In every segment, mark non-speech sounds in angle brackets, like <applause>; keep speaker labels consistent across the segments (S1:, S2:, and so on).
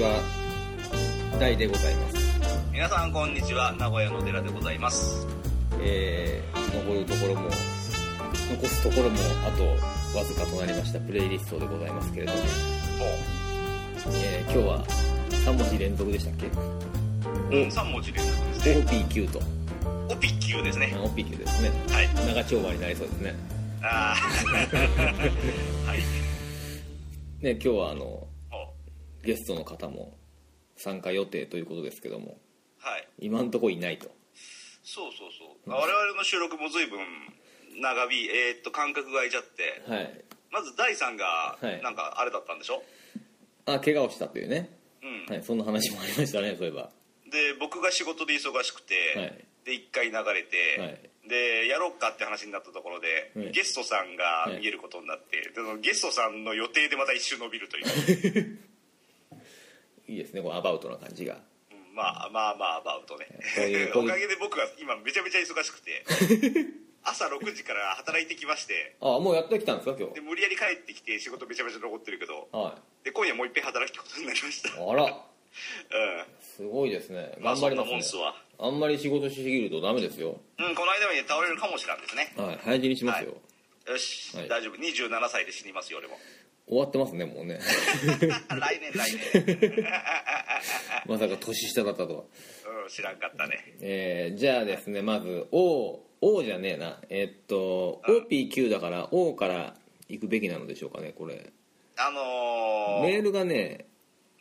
S1: は大でございます
S2: 皆さんこんにちは名古屋の寺でございます
S1: えー、残るところも残すところもあとわずかとなりましたプレイリストでございますけれども、えー、今日は3文字連続でしたっけ
S2: もう3文字連続ですね
S1: OPQ と
S2: オピッキューですね
S1: OPQ ですね
S2: はい
S1: 長丁場になりそうですね
S2: あ <laughs> あはい
S1: ね今日はあの
S2: も
S1: ゲストの方も参加予定ということですけども
S2: うはい
S1: 今んとこいないと
S2: そうそうそう我々の収録も随分長引いえーっと間隔が空いちゃって
S1: はい
S2: まず第3が
S1: はい
S2: なんかあれだったんでしょ、
S1: あ怪我をしたというね、
S2: うん
S1: はい、そんな話もありましたねそういえば
S2: で僕が仕事で忙しくて、
S1: はい
S2: で1回流れて、
S1: はい
S2: でやろうかって話になったところで、
S1: はい
S2: ゲストさんが見えることになって、でそのゲストさんの予定でまた一周伸びるという、
S1: いいですねこのアバウトな感じが
S2: うんまあまあまあアバウトね
S1: そういう
S2: おかげで僕は今めちゃめちゃ忙し
S1: <laughs>
S2: くて朝6時から働いてきまして
S1: あもうやってきたんですか今
S2: で
S1: 日
S2: 無理やり帰ってきて仕事めちゃめちゃ残ってるけど
S1: は
S2: で今夜もういっぺん働くことになりました、うん
S1: いあらすごいですね
S2: まあ
S1: 頑張り
S2: そんな
S1: ま
S2: もんっ
S1: す
S2: す
S1: ね
S2: わ
S1: あんまり仕事しすぎるとダメですよ
S2: うん、この間に倒れるかもしれんですね
S1: はい早死にしますよ、
S2: はよし、
S1: はい
S2: 大丈夫27歳で死にますよ
S1: <laughs>
S2: 俺も
S1: 終わってますねもうね
S2: 来年来年
S1: <laughs> まさか年下だったとは
S2: うん、知らんかったね
S1: えーじゃあですねまず O O じゃねえなえっと OPQ だから O から行くべきなのでしょうかねこれ
S2: あのー
S1: メールがね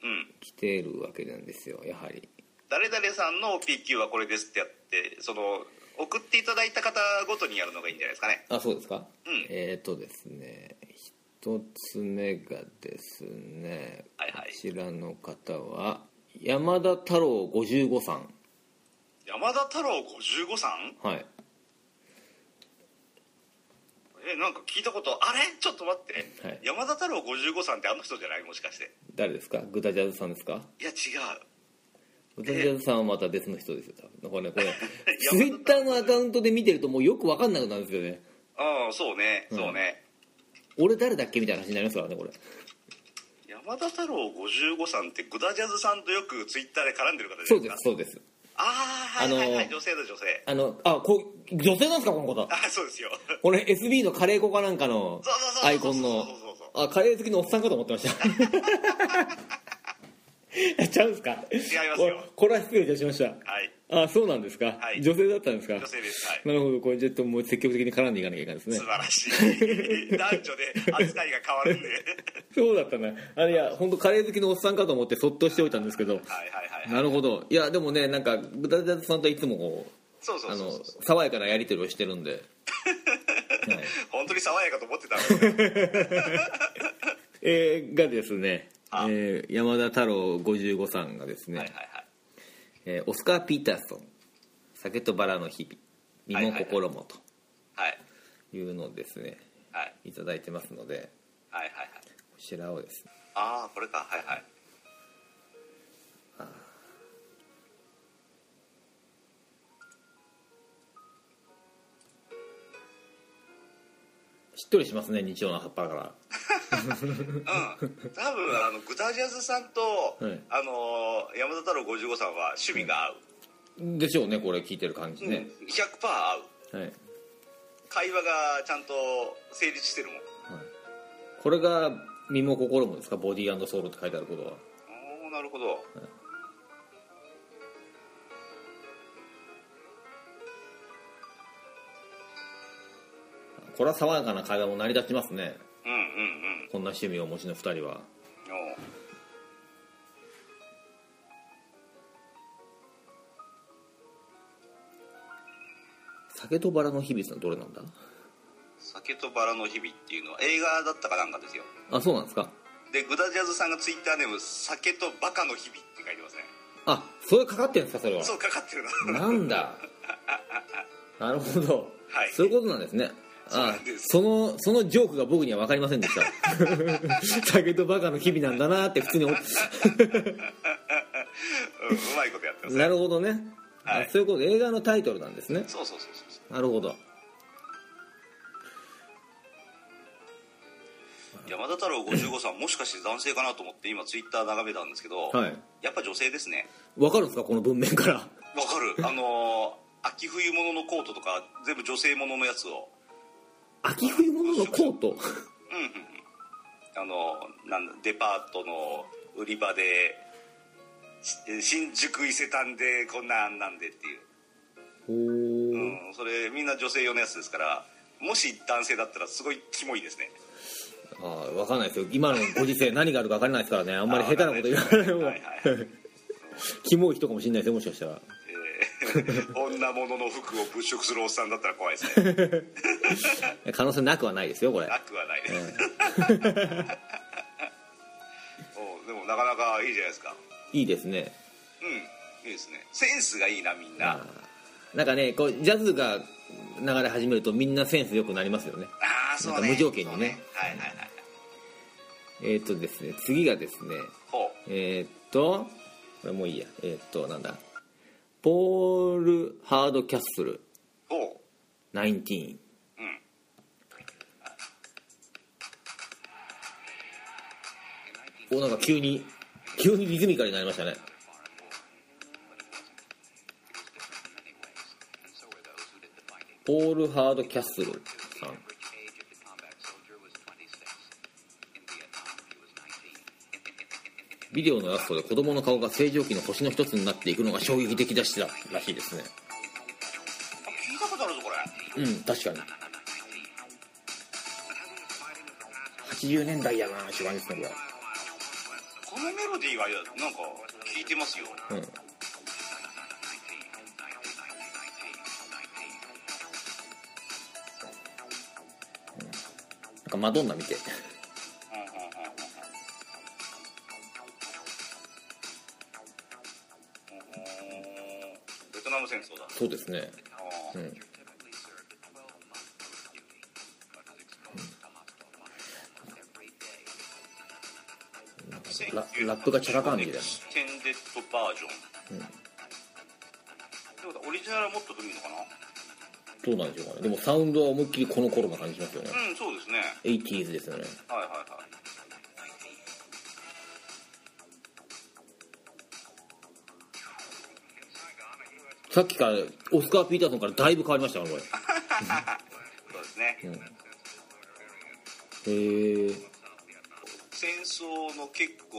S2: うん
S1: 来てるわけなんですよやはり
S2: 誰々さんの OPQ はこれですってやってその送っていただいた方ごとにやるのがいいんじゃないですかね
S1: あそうですか、
S2: うん
S1: えっ、とですね一つ目がですね、
S2: はいはい
S1: こちらの方は山田太郎55さん
S2: 山田太郎55さん
S1: はい
S2: えなんか聞いたことあれちょっと待って、
S1: はい
S2: 山田太郎55さんってあの人じゃないもしかして
S1: 誰ですかグダジャズさんですか
S2: いや違う
S1: グダジャズさんはまた別の人ですよ多分これねこれ
S2: <laughs> 田
S1: ツイッターのアカウントで見てるともうよく分かんなくなるんですよね
S2: うんそうね
S1: ん
S2: そうね、
S1: 俺誰だっけみたいな話になりますからねこれ
S2: 山田太郎55さんってグダジャズさんとよくツイッターで絡んでる方じ
S1: そ
S2: ゃ
S1: う
S2: な
S1: で
S2: い
S1: す
S2: か
S1: そうです
S2: ああはいはいは
S1: あの
S2: い、
S1: ー
S2: 女性だ女性
S1: あのあこう女性なんですかこの方
S2: あそうですよ <laughs>
S1: これ SB のカレー粉かなんかの
S2: そうそうそうそう
S1: アイコンの
S2: そうそうそう
S1: あカレー好きのおっさんかと思ってました <laughs> ちゃうんすか違い
S2: ますよ
S1: これは失礼いたしました
S2: はい
S1: あそうなんですか、
S2: はい
S1: 女性だったんですか
S2: 女性ですはい
S1: なるほどこれちょっともう積極的に絡んでいかなきゃいけないですね
S2: 素晴らしい <laughs> 男女で扱いが変わるんで <laughs>
S1: そうだったねあれいや本当カレー好きのおっさんかと思ってそっとしておいたんですけど
S2: はいはいはい、はい、
S1: なるほどいやでもねなんかブタジャズさんといつもこう
S2: そうそう
S1: あ
S2: そう
S1: の
S2: そう
S1: 爽やかなやり取りをしてるんで、はい
S2: 本当に爽やかと思ってたのに
S1: えーがですね、
S2: あ
S1: えー山田太郎55さんがですね、
S2: はいはいはい
S1: えーオスカー・ピーターソン「酒とバラの日々身も心も」
S2: はい
S1: というのをですね
S2: はい
S1: いただいてますので
S2: はいはいはい
S1: こちらをですね
S2: ああこれかはいはい
S1: しっとりしますね日曜の葉っぱから
S2: うん多分あのグタジャズさんと、
S1: はい
S2: あのー山田太郎55さんは趣味が合う、
S1: でしょうねこれ聞いてる感じ
S2: うん
S1: ね、
S2: 100%合う
S1: はい、
S2: 会話がちゃんと成立してるもん
S1: これが身も心もですかボディソウルって書いてあることは
S2: おーなるほど、
S1: これは爽やかな会話も成り立ちますね
S2: うんうんうん
S1: こんな趣味をお持ちの2人は
S2: おう
S1: 酒とバラの日々さんどれなんだ
S2: 酒とバラの日々っていうのは映画だったかなんかですよ
S1: あそうなんですか
S2: でグダジャズさんがツイッターネーム「酒とバカの日々」って書いてますね
S1: あそれかかってるんですかそれは
S2: そうかかってる
S1: <laughs>
S2: な
S1: なんだなるほど、
S2: はい
S1: そういうことなんですね
S2: う
S1: あ
S2: なんです
S1: そのそのジョークが僕には分かりませんでした酒とバカの日々なんだなって普通に思っ
S2: うんうまいことやってます
S1: なるほどね、
S2: はい
S1: あそういうこと映画のタイトルなんですね
S2: そうそうそうそうそう
S1: なるほど
S2: 山田太郎55さんもしかして男性かなと思って今ツイッター眺めたんですけど、
S1: はい
S2: やっぱ女性ですね
S1: わかるんですかこの文面から
S2: わか
S1: <laughs>
S2: るあのー秋冬物のコートとか全部女性物のやつを
S1: 秋冬物のコート
S2: うんうんうんあのなんだデパートの売り場でし新宿伊勢丹でこんなあんなんでっていう、
S1: おー
S2: うん、それみんな女性用のやつですからもし男性だったらすごいキモいですね
S1: ああ分かんないですよ今のご時世何があるか分からないですからねあんまり下手なこと言わない方
S2: は
S1: が
S2: いはいはい
S1: キモい人かもしれないですよもしかしたら
S2: えー女物の服を物色するおっさんだったら怖いで
S1: <laughs>
S2: すね
S1: 可能性なくはないですよこれ
S2: なくはないです、 <laughs> おうでもなかなかいいじゃないですか
S1: いいですね
S2: うんいいですねセンスがいいなみんな
S1: ああなんかねこうジャズが流れ始めるとみんなセンス良くなりますよね
S2: ああそう
S1: なん
S2: ね
S1: か無条件にね
S2: そうはいはいはい
S1: えーっ、とですね次がですね
S2: ほ
S1: えーっ、とこれもういいやえーっ、となんだポール・ハードキャッスル
S2: うほ
S1: 19
S2: ううん
S1: おなんか急に急にリズミカルになりましたねポール・ハード・キャッスルさんビデオのラストで子供の顔が正常期の星の一つになっていくのが衝撃的でしたらしいですね
S2: あ聞いたことあるぞこれ
S1: うん確かに80年代やな知らんですねこ
S2: このメロディーはなんか聞いてますよ
S1: れうんなんかマドンナ見て
S2: うんうんうんうんおーベトナム戦争だ
S1: そうですね
S2: あ
S1: う
S2: ー
S1: んララップがチャラ感じだ
S2: エクステンデッドバージョン、
S1: うん
S2: ってことはオリジナルはもっと古いのかな
S1: どうなんでしょうかねでもサウンドは思いっきりこの頃な感じしますよね
S2: うんそうですね
S1: 80s ですよね
S2: はいはいはい
S1: さっきからオスカー・ピーターソンからだいぶ変わりましたよこれ
S2: そうですね、
S1: うんへえ
S2: 戦争の結構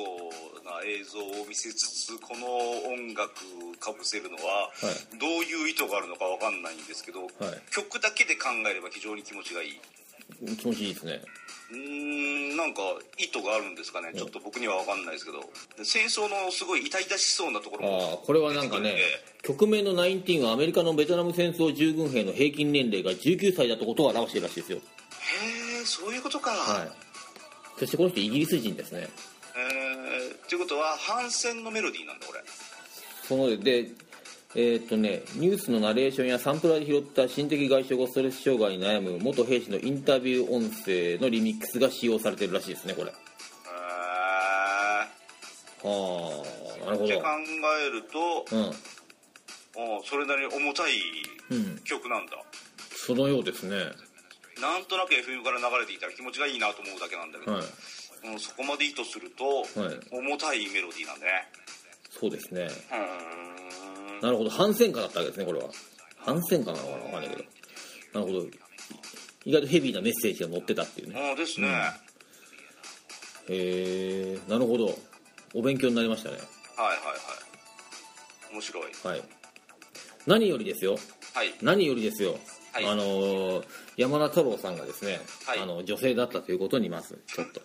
S2: な映像を見せつつこの音楽かぶせるのはどういう意図があるのかわかんないんですけど、曲だけで考えれば非常に気持ちがいいう
S1: 気持ちいいですね
S2: うーんなんか意図があるんですかねちょっと僕にはわかんないですけど戦争のすごい痛々しそうなところも
S1: ああこれはなんかね曲名の19はアメリカのベトナム戦争従軍兵の平均年齢が19歳だったことを表しているらしいですよ
S2: へえそういうことか、
S1: はいそしてこの人イギリス人ですね
S2: えー、っていうことは反戦のメロディーなんだこれ
S1: そのでえーっとねニュースのナレーションやサンプラーで拾った心的外傷後ストレス障害に悩む元兵士のインタビュー音声のリミックスが使用されてるらしいですねこれ
S2: へ
S1: はあなる
S2: え
S1: ほ
S2: って
S1: ど
S2: 考えると、
S1: うん
S2: ああそれなりに重たい
S1: うん
S2: 曲なんだ
S1: そのようですね
S2: なんとなく FM から流れていたら気持ちがいいなと思うだけなんだけど、
S1: はい
S2: うんそこまで意図すると、
S1: はい
S2: 重たいメロディーなんだね
S1: そうですね
S2: ふーん
S1: なるほど反戦歌だったわけですねこれは反戦歌なのかなわかんないけどなるほど意外とヘビーなメッセージが載ってたっていうね
S2: ああですね、
S1: へえなるほどお勉強になりましたね
S2: はいはいはい面白い
S1: はい何よりですよ
S2: はい
S1: 何よりですよ、
S2: はい
S1: あのー山田太郎さんがですね、
S2: はい
S1: あの女性だったということにまずちょっ
S2: <laughs>
S1: と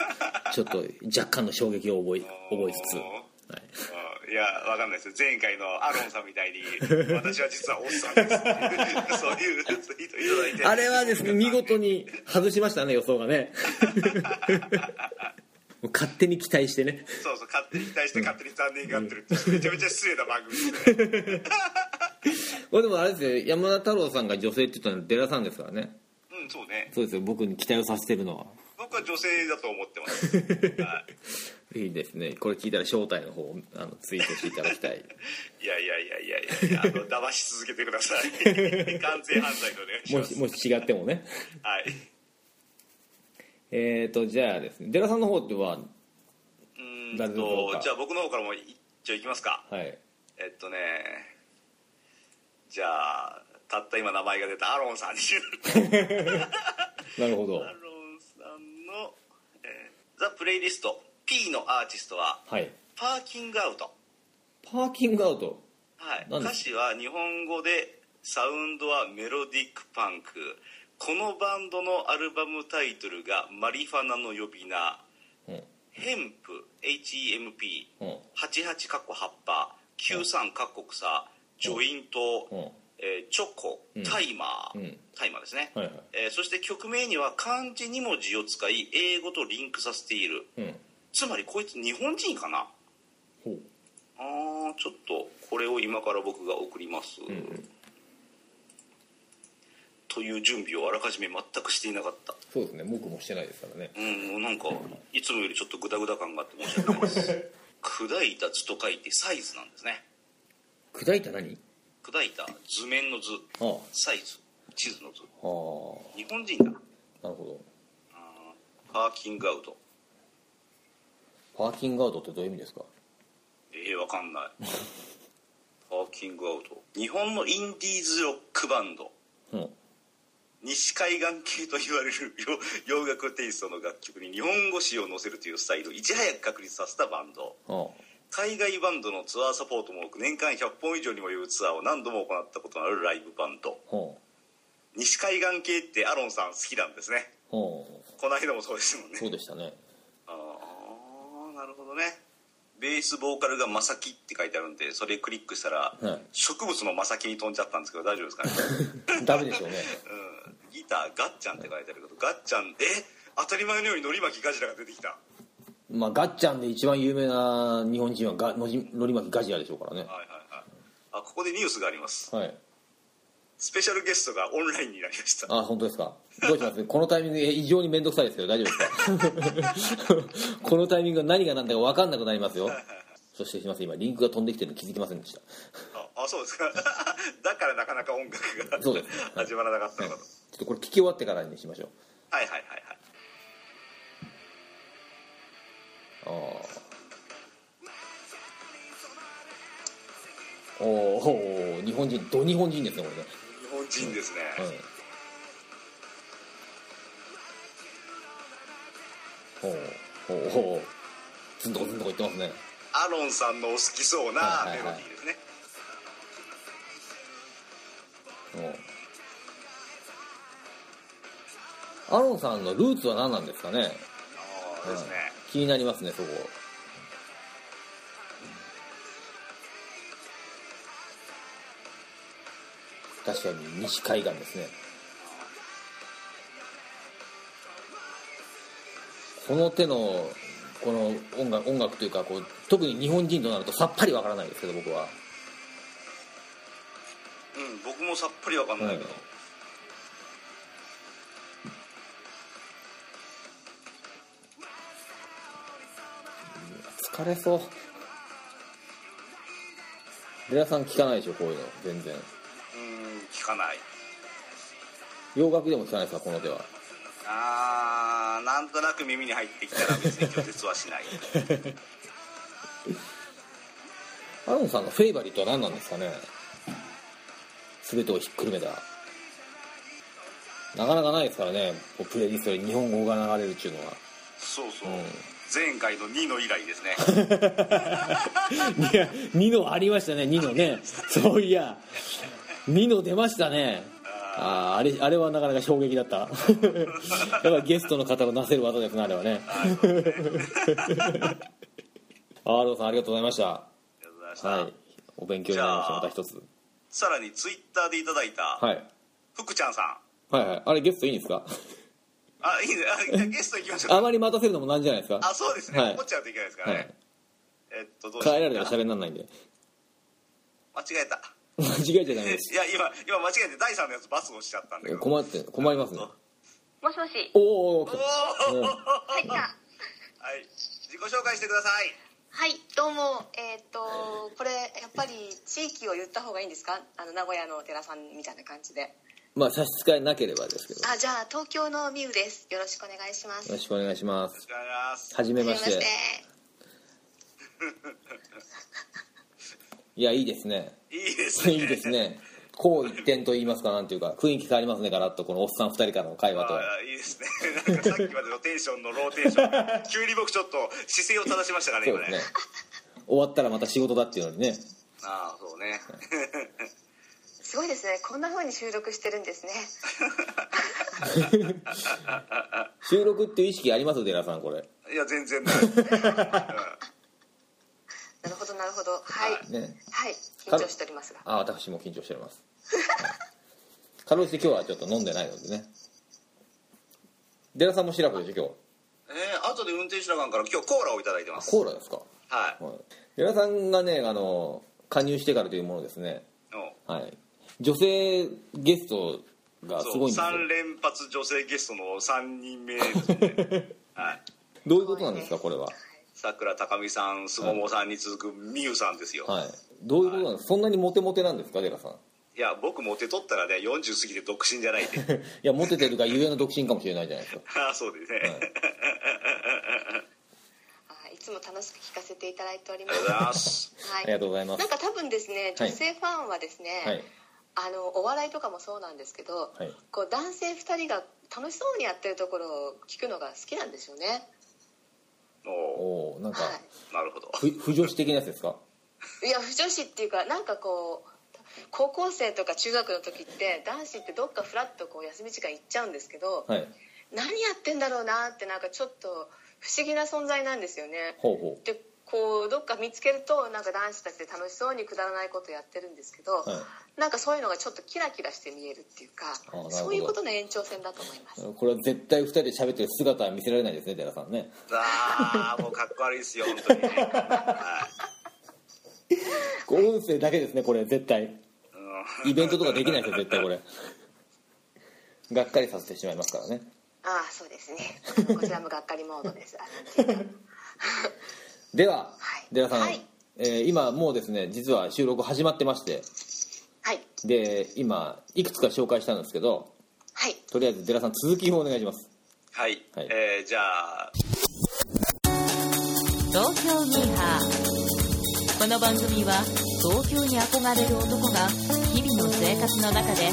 S1: ちょっと若干の衝撃を覚え覚えつつ、
S2: あ
S1: はい、
S2: ーいやわかんないです前回のアロンさんみたいに私は実はおっさんですそういうツイートいただいて
S1: あれはですね見事に外しましたね予想が
S2: <laughs>
S1: ねもう勝手に期待してね
S2: そうそう勝手に期待して勝手に残念がってるってめちゃめちゃ失礼な番組ですね
S1: これでもあれですよ山田太郎さんが女性って言ったのはデラさんですからね
S2: うんそうね
S1: そうですよ僕に期待をさせてるのは
S2: 僕は女性だと思ってます、はい
S1: いいですねこれ聞いたら正体の方をあのツイートしていただきたい
S2: いやいやいやいやいやあの騙し続けてく
S1: <laughs>
S2: ださい <laughs> 完全犯罪でお願いし
S1: も
S2: ます
S1: しもし違ってもね
S2: はい
S1: えっ、とじゃあですねデラさんの方では
S2: う
S1: な
S2: ー
S1: る
S2: ん
S1: ほど
S2: とじゃあ僕の方からもいじゃあいきますか
S1: はい
S2: えっとねじゃあたった今名前が出たアロンさんに
S1: なるほど
S2: アロンさんの、えーザ・プレイリスト P のアーティストは
S1: はい
S2: パーキングアウト」
S1: パーキングアウト
S2: はい、
S1: 何です
S2: 歌詞は日本語でサウンドはメロディックパンクこのバンドのアルバムタイトルが「マリファナの呼び名」
S1: うん
S2: ヘンプ HEMP
S1: うん
S2: 88かっこ葉っぱ93かっこ草ジョイント、
S1: うん
S2: えーチョコ
S1: うん
S2: タイマー、
S1: うん
S2: タイマーですね、
S1: はいはい
S2: えーそして曲名には漢字2文字を使い英語とリンクさせている
S1: うん
S2: つまりこいつ日本人かな
S1: ほう
S2: あーちょっとこれを今から僕が送ります、
S1: ん
S2: という準備をあらかじめ全くしていなかった
S1: そうですね僕もしてないですからね
S2: うんもうなんかいつもよりちょっとグダグダ感があって申し訳ないで
S1: <laughs>
S2: す砕いた図と書いてサイズなんですね
S1: 砕いた何
S2: 砕いた図面の図
S1: ああは
S2: サイズ地図の図
S1: あ
S2: 日本人だな
S1: なるほ
S2: あーパーキングアウト
S1: どパーキングアウトってどういう意味ですか
S2: ええわかんないパーキングアウト日本のインディーズロックバンド
S1: うん
S2: 西海岸系と言われる洋洋楽テイストの楽曲に日本語詞を載せるというスタイルをいち早く確立させたバンド
S1: ああ
S2: 海外バンドのツアーサポートも多く年間100本以上にもいうツアーを何度も行ったことのあるライブバンド
S1: ほ
S2: 西海岸系ってアロンさん好きなんですね
S1: うほ
S2: この間もそうですもん
S1: う
S2: ね
S1: そうでしたね
S2: ああなるほどねベースボーカルが「まさき」って書いてあるんでそれクリックしたら
S1: はい
S2: 植物のまさきに飛んじゃったんですけど大丈夫
S1: <laughs>
S2: ですかね
S1: <laughs> ダメでしょうね
S2: うんギターガッチャンって書いてあるけどガッチャンえ当たり前のようにのり巻きガジラが出てきた
S1: まあガッチャンで一番有名な日本人はガのじのり巻きガジラでしょうからね
S2: はいはいはいあここでニュースがあります
S1: はい
S2: スペシャルゲストがオンラインになりました
S1: あ本当ですかどうしますこのタイミングえ異常に面倒くさいですけど大丈夫ですか <laughs> このタイミングが何が何だか分かんなくなりますよそしてすいません今リンクが飛んできてるの気づきませんでした
S2: ああそうですか <laughs> だからなかなか音楽が
S1: そうですはい
S2: 始まらなかったのかと
S1: ちょっとこれ聞き終わってからにしましょう
S2: はいはいはいはい
S1: ああおーおー日本人ど日本人ですねこ
S2: 日本人です
S1: れ
S2: ね、
S1: ねうんおーおーおーずんとこずんとこいってますね
S2: アロンさんのお好きそうな
S1: はい
S2: メ
S1: はい
S2: ロ
S1: は
S2: デ
S1: い
S2: ィーですね、
S1: うんアロンさんのルーツは何なんですかね
S2: ああですね、
S1: うん気になりますねそこ確かに西海岸ですねこの手のこの音楽音楽というかこう特に日本人となるとさっぱりわからないですけど僕は
S2: うん僕もさっぱりわかんないけど、
S1: はい疲れそうレラさん聞かないでしょこういうの全然
S2: うん聞かない
S1: 洋楽でも聞かないですかこの手は
S2: あーなんとなく耳に入ってきたら別に拒絶はしない
S1: アロンさんのフェイバリットは何なんですかね全てをひっくるめたなかなかないですからねこうプレイリストで日本語が流れるっていうのは
S2: そうそう、
S1: うん
S2: 前回のニノ以来 <laughs> ですね
S1: いやニノありましたねニノねそういやニノ出ましたねあーあれあれはなかなか衝撃だった <laughs> やっぱりゲストの方のなせる技ですねあれ
S2: <laughs>
S1: はねアーローさんありがとうございました
S2: ありがとうございました
S1: はいお勉強になりまし
S2: じ
S1: た
S2: ゃ
S1: ま
S2: あ
S1: た一つ、
S2: さらにツイッターでいただいた
S1: はい、
S2: 福ちゃんさん
S1: はいはいあれゲストいいんですか
S2: あいいねあじ <laughs> ゃあゲスト行きましょう
S1: あまり待たせるのもなんじゃないですか
S2: あそうですね、
S1: はい
S2: 怒っちゃうといけないですから
S1: は
S2: ね、
S1: い、
S2: えっとどうし
S1: 帰
S2: よう
S1: られたら喋りにならないんで <laughs>
S2: 間違えた
S1: 間違えちゃダメ
S2: え
S1: です
S2: いや今今間違えて第3のやつバスをしちゃったんだけど
S1: 困って困りますね
S3: もしもし。
S1: おお
S2: おー
S1: うん
S3: はい、あ
S2: はい自己紹介してください
S3: はい、どうも。えっ、と、これ、やっぱり地域を言った方がいいんですか。あの名古屋のお寺さんみたいな感じで。
S1: まあ差し支えなければですけどよ
S3: あ、じゃあ、東京のミウです。よろしくお願いします。
S1: ろしくお願いします
S2: 違います
S1: はじめまして
S3: はじ
S1: いやいいですね
S2: いいですね
S1: いいですねこう一点と言いますかなんていうか雰囲気変わりますねガラッとこのおっさん2人からの会話と
S2: ああいいですね <laughs> なんかさっきまでのテンションのローテーションが急に僕ちょっと姿勢を正しましたからね
S1: そう
S2: 今
S1: で
S2: ね
S1: すね終わったらまた仕事だっていうのにね
S2: ああそうね <laughs>
S3: すごいですね。こんな風に収録してるんですね。
S1: 収録っていう意識あります寺さんこれ
S2: いや全然ない
S3: なるほど、なるほど。はい。
S1: ね
S3: はい。緊張しておりますが。
S1: あ私も緊張しておりますはいかろうじて今日はちょっと飲んでないのでね寺さんもシラフでしょ
S2: えー、後で運転手の間から今日コーラをいただいてま
S1: 今日
S2: す
S1: コーラですか
S2: は
S1: はい寺さんがねあの加入してからというものですね
S2: いの
S1: はい女性ゲストがす
S2: そ
S1: ご
S2: う
S1: いんですよ
S2: 3連発女性ゲストの3人目で
S1: <laughs>
S2: すねはい
S1: どういうことなんですかこれは
S2: さくらたかみさんすももさんに続くみゆさんですよ、
S1: はいどういうことなんですそんなにモテモテなんですか寺さん <laughs>
S2: い、や僕モテとったらね40過ぎて独身じ
S1: <laughs>
S2: ゃないんで
S1: いやモテてるがゆえの独身かもしれないじゃないですか
S2: ああそうですね、
S1: はい
S3: あいつも楽しく聞かせていただいており
S2: あ
S3: ま
S2: りがとうござい
S3: す。
S2: ます
S3: は
S1: ありがとうございま
S3: な
S1: す
S3: んか多分ですね
S1: はい
S3: 女性ファンはですね、
S1: はい
S3: あのお笑いとかもそうなんですけど、
S1: はい
S3: こう男性2人が楽しそうにやってるところを聞くのが好きなんでしょうね
S2: お
S1: おおなんか
S3: は
S2: ーなるほど
S1: ふ不女子的なやつですか
S3: いいや不女子っていうかなんかこう高校生とか中学の時って男子ってどっかフラッとこう休み時間行っちゃうんですけど、
S1: はい
S3: 何やってんだろうなってなんかちょっと不思議な存在なんですよね
S1: ほうほ
S3: でこうどっか見つけるとなんか男子たちで楽しそうにくだらないことやってるんですけど、
S1: うはい
S3: なんかそういうのがちょっとキラキラして見えるっていうか
S1: なるほど
S3: そういうことの延長線だと思います
S1: これは絶対2人で喋ってる姿は見せられないですね寺さんね
S2: ああもうかっこ悪いですよ本当にね、は
S1: こう音声だけですねこれ絶対
S2: いうん
S1: イベントとかできないですよ絶対これがっかりさせてしまいますからね
S3: ああそうですね <laughs> こちらもがっかりモードですあの
S1: では
S3: はい
S1: 寺さん、
S3: はい
S1: えー今もうですね実は収録始まってまして
S3: はい
S1: で今いくつか紹介したんですけど
S3: はい
S1: とりあえず寺さん続きをお願いします
S2: はい、
S1: はい
S2: えーじゃあ
S4: 東京ミーハーこの番組は東京に憧れる男が日々の生活の中で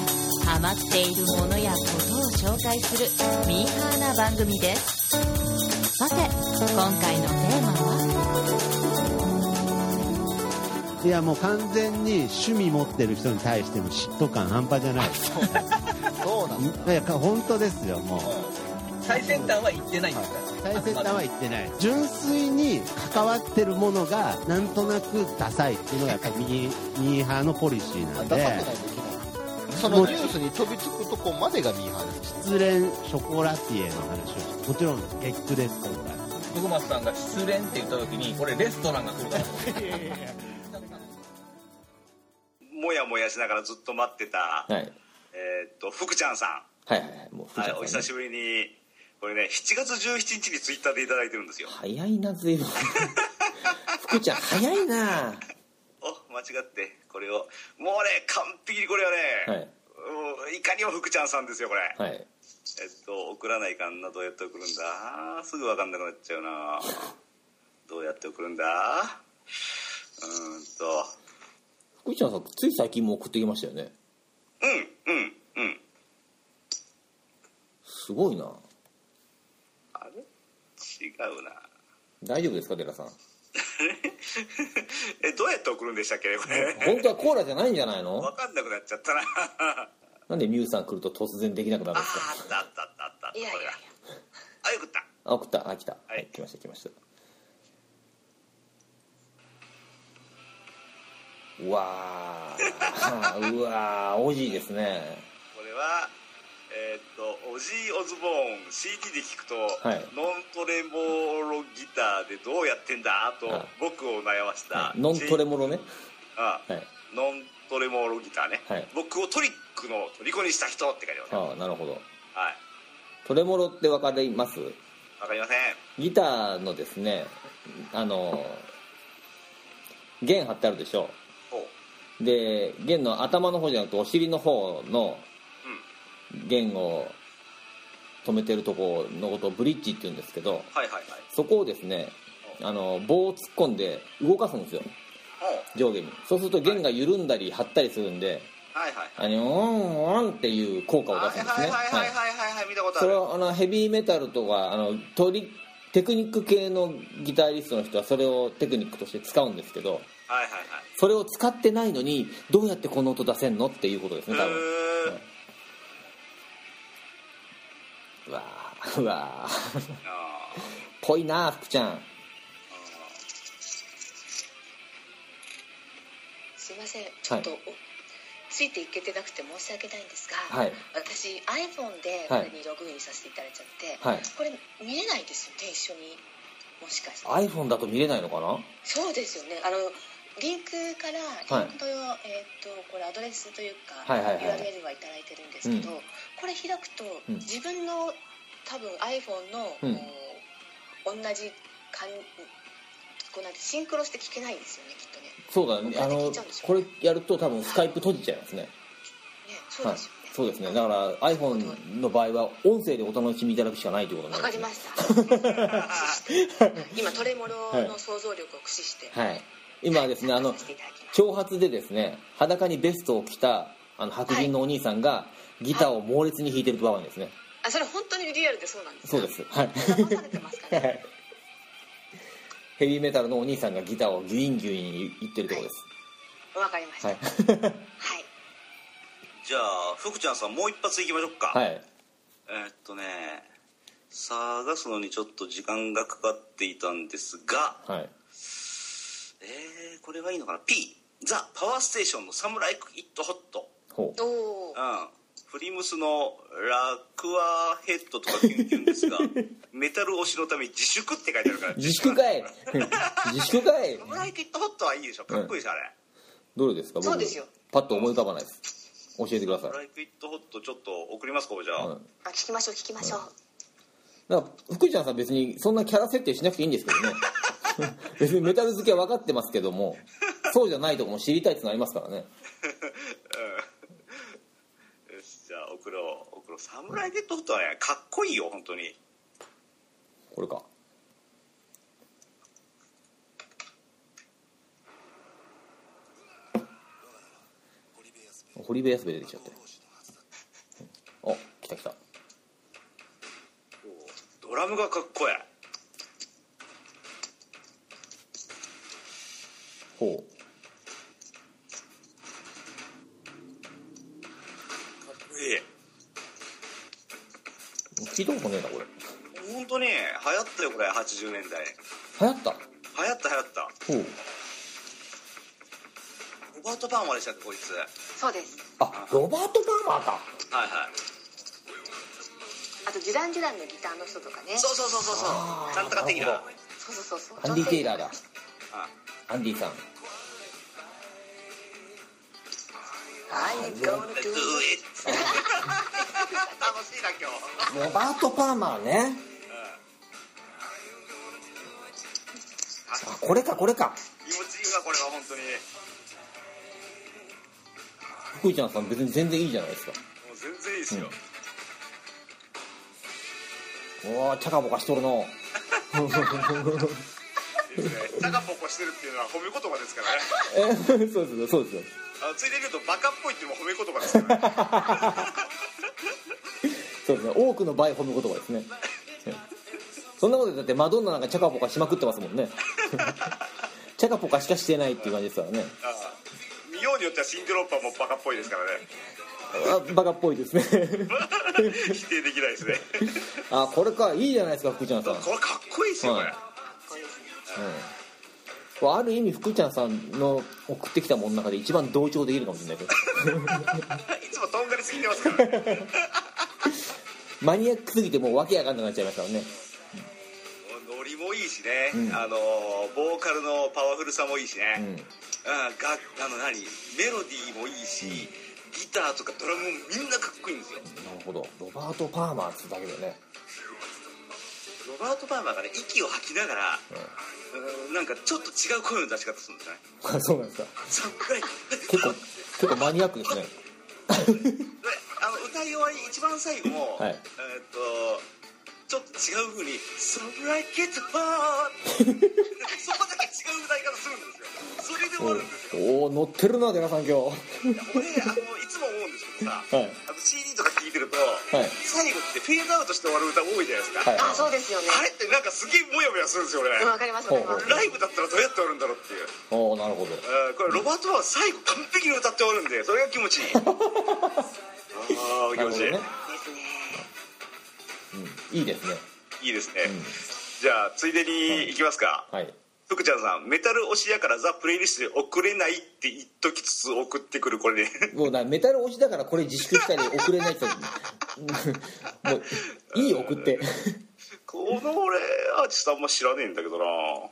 S4: ハマっているものやことを紹介するミーハーな番組ですさて今回のテーマはい
S5: やもう完全に趣味持ってる人に対しての嫉妬感半端じゃ
S6: <laughs>
S5: ない
S6: そうなんだ
S5: いやか本当ですよもう
S6: 最先端は行ってないんですか
S5: 最先端は言ってない純粋に関わってるものがなんとなくダサいっていうのがやっぱミーミーハーのポリシーなん
S6: ダ
S5: で
S6: サくないといけないそのニュースに飛びつくとこまでがミーハーです
S5: 失恋ショコラティエの話をもちろん結句です今回
S7: 徳松さんが失恋って言った時にこれレストランが来るから
S2: もやもやしながらずっと待ってた、
S1: はい
S2: えーっと福ちゃんさ
S1: はいはいはいもう
S2: ん、
S1: 藤
S2: は
S1: 田さ
S2: い
S1: ん、ね
S2: お久しぶりにこれね7月17日にツイッターでいただいてるんですよ
S1: 早い
S7: <laughs>
S1: な随分福ちゃん早いな
S2: お間違ってこれをもうね完璧にこれはね、
S1: はい
S2: うんいかにも福ちゃんさんですよこれ、
S1: はい
S2: えっと送らないかんなどうやって送るんだあーすぐ分かんなくなっちゃうなどうやって送るんだうーんと
S1: 福ちゃんさんつい最近も送ってきましたよね
S2: うんうんうん
S1: すごいな
S2: あれ違うな <laughs>
S1: 大丈夫ですか寺さん
S2: えどうやって送るんでしたっけねこれ
S1: 本当はコーラじゃないんじゃないの
S2: 分かんなくなっちゃったなあ
S1: なんでミュウさん来ると突然できなくなるん
S2: あ
S1: ですか
S2: ったあったあったあった
S3: いやいやいや
S2: あよくった
S1: あ送ったあ来た
S2: はい
S1: はい来ました来ましたうわー <laughs> うわーおじいですね
S2: これはえーっとオジー・オズボーン CD で聞くと、
S1: はい
S2: ノントレモロギターでどうやってんだと
S1: はい
S2: 僕を悩ました、
S1: はいノントレモロね
S2: あ
S1: はい
S2: ノントレモロギターね、
S1: はい
S2: 僕をトリックの虜にした人って書いてますね
S1: ああなるほど
S2: はい
S1: トレモロって分かります
S2: わかりません
S1: ギターのですねあの弦張ってあるでしょ
S2: ほう
S1: で弦の頭の方じゃなくてお尻の方の
S2: う
S1: 言語を止めてるとこのことをブリッジって言うんですけど
S2: はいはいはい
S1: そこをですねあの棒を突っ込んで動かすんですよ上下にそうすると弦が緩んだり張ったりするんで
S2: はいはい
S1: あのオンオンっていう効果を出すんです
S2: は
S1: ね
S2: いはい
S1: は
S2: はいいはいはいはい見たことあ
S1: それ
S2: る
S1: はあのヘビーメタルとかあのトリテクニック系のギタリストの人はそれをテクニックとして使うんですけど
S2: はい
S1: それを使ってないのにどうやってこの音出せんのっていうことですね
S2: はい
S1: 多
S2: はい
S1: 分
S2: へ
S1: はい
S2: ー
S1: うわーうわー <laughs>
S2: あー
S1: ぽいな福ちゃん
S3: すいませんちょっと、ついていけてなくて申し訳ないんですが、
S1: はい
S3: 私 iPhone でこ
S1: はい
S3: れにログインさせていただいちゃって、
S1: はい
S3: これ見えないですよね一緒にもしかして
S1: iPhone だと見れないのかな
S3: そうですよねあのリンクから
S1: はい
S3: リンクと,、えー、とこれアドレスというか、
S1: はいはいはい
S3: URL はいただいてるんですけど、これ開くと、
S1: うん
S3: 自分の多分 iPhone
S1: うん
S3: の、こう同じ感こうなんてシンクロして聞けないんですよねきっとね
S1: そうだねあのこれやると多分スカイプ閉じちゃいますね
S3: ねそうですよね、
S1: そうですねだから iPhone の場合は音声でお楽しみいただくしかないということに
S3: わ
S1: な
S3: か
S1: り
S3: り
S1: ま
S3: ます
S1: ね
S3: した。
S1: <laughs>
S3: 今トレモロの想像力を駆使して、
S1: はい今ですねあの
S3: 参加させていただきます
S1: 挑発でですね裸にベストを着たあの白人のお兄さんがギターを猛烈に弾いてる場面ですね
S3: あ、それ本当にリアルでそうなんですか。
S1: そうですはい
S3: 騙されてますかね。
S1: ヘビーメタルのお兄さんがギターをギュインギュイン言ってるとこです
S3: わかりました。
S1: は
S3: はいい。
S2: じゃあ福ちゃんさんもう一発いきましょう
S1: <laughs>
S2: か
S1: はい
S2: えーっとね探すのにちょっと時間がかかっていたんですが
S1: はい
S2: えー、これはいいのかな P「ザ・パワーステーションのサムライ・イット・ホット」
S1: ほう
S3: お
S2: う。
S3: お
S2: んフリムスの「ラクアヘッド」とかキュンキュ
S1: <laughs>
S2: ンですがメタル推しのため自粛って書いてあるから
S1: 自粛かい自粛かい
S2: サムライ・イット・ホットはいいでしょかっこいいですあれ、
S1: どれですか僕
S3: そうですよ
S1: パッと思い浮かばないです教えてください
S2: サムライ・イット・ホットちょっと送りますかじゃあ、
S1: はい
S3: あ、聞きましょう聞きましょう。
S1: だから福ちゃんさん別にそんなキャラ設定しなくていいんですけどね <laughs> 別にメタル好きは分かってますけどもそうじゃないとこも知りたいってなりますからね
S2: よしじゃあ送ろう送ろうサムライ・イット・ホットはねかっこいいよ本当に
S1: これか堀部安部出てきちゃってお来た来た
S2: ドラムがかっこいい
S1: ほ
S2: かっこいいう
S1: 聞いたことねえなこれ
S2: 本当に流行ったよこれ80年代
S1: 流行った
S2: 流行った流行った
S1: ほう
S2: ロバート・パーマでしたっけこいつはい
S3: そうです。
S1: あロバート・パーマーか
S2: はい
S3: あとデュランデュランのギターの人とかね。
S2: そうそうそうそうそうなんとか的な
S1: なる
S2: は
S1: ほ
S3: そうそうそうそう。
S1: アンディ・テイラーだ
S2: い
S1: アンディさん
S3: I'm
S2: 「
S3: gonna
S2: Do
S3: do
S2: it
S3: い」
S2: <laughs> 楽しいな今日
S1: ロバート・パーマーねあこれかこれか
S2: 気持ちいいわこれは本当に
S1: 福井ちゃんさん別に全然いいじゃないですか
S2: もう全然いいですよ、
S1: おおチャカボカしと <laughs> るの
S2: いいですねタカポコしてるっていうのは褒め言葉ですからね
S1: えそうですよそうですよ
S2: あのついでに言うとバカっぽいっていうのも褒め言葉です
S1: <laughs>
S2: からね
S1: そうですね多くの場合褒め言葉ですねそんなことでだってマドンナなんかチャカポカしまくってますも <laughs> んねチャカポカしかしてないっていう感じですからね
S2: ああ見ようによってはシンデロッパもバカっぽいですからね
S1: あバカっぽいですね
S2: 否定できないです
S1: <laughs>
S2: ね
S1: あこれかいいじゃないですか福ちゃんさん、うん、
S2: これかっこいいですよこれ、
S1: はいこれある意味福ちゃんさんの送ってきたものの中で一番同調できるかもしれないけど
S2: い、つもとんがりすぎてますからね
S1: マニアックすぎてもう訳わかんなくなっちゃいますからね
S2: ノリもいいしね、
S1: うん
S2: あのボーカルのパワフルさもいいしね、
S1: うん
S2: あがあの何メロディーもいいし、ギターとかドラムもみんなかっこいいんですよ
S1: なるほどロバート・パーマーっつうだけでね <laughs>
S2: ロバート・パーマーがね息を吐きながら、うんなんかちょっと違う声の出し方するんですよね
S1: そうなんですか
S2: サンクライ
S1: 結構結構マニアックですね
S2: あの内容は一番最後も、
S1: はい
S2: えーっとちょっと違う風に「So like it hot」そこだけ違う歌い方するんですよそれで終わるんですよ
S1: おお乗ってるな寺さん今日
S2: 俺あのいつも思うんですけどさ、
S1: はい
S2: あの CD とか聴いてると、
S1: はい
S2: 最後ってフェードアウトして終わる歌多いじゃないですか、
S1: はい
S3: あそうですよね
S2: あれってなんかすげえモヤモヤするんですよ俺、
S3: うんわかりますわかります
S2: ライブだったらどうやって終わるんだろうっていう、
S1: おおなるほど
S2: えーこれロバートは最後完璧に歌って終わるんでそれが気持
S1: <laughs>
S2: ちいい
S1: なるほどね、
S2: ああ気持ちいい、
S3: ですね
S1: うん、いいですね、
S2: いいですね、
S1: うん、
S2: じゃあついでに行きますか、
S1: はい
S2: 福ちゃんさんメタル推しやからザ・プレイリストで送れないって言っときつつ送ってくるこれ <laughs> ね
S1: もうなメタル推しだからこれ自粛したり送れない <laughs> ともういいよ送って
S2: この俺アーティストあんま知らねえんだけどな
S1: は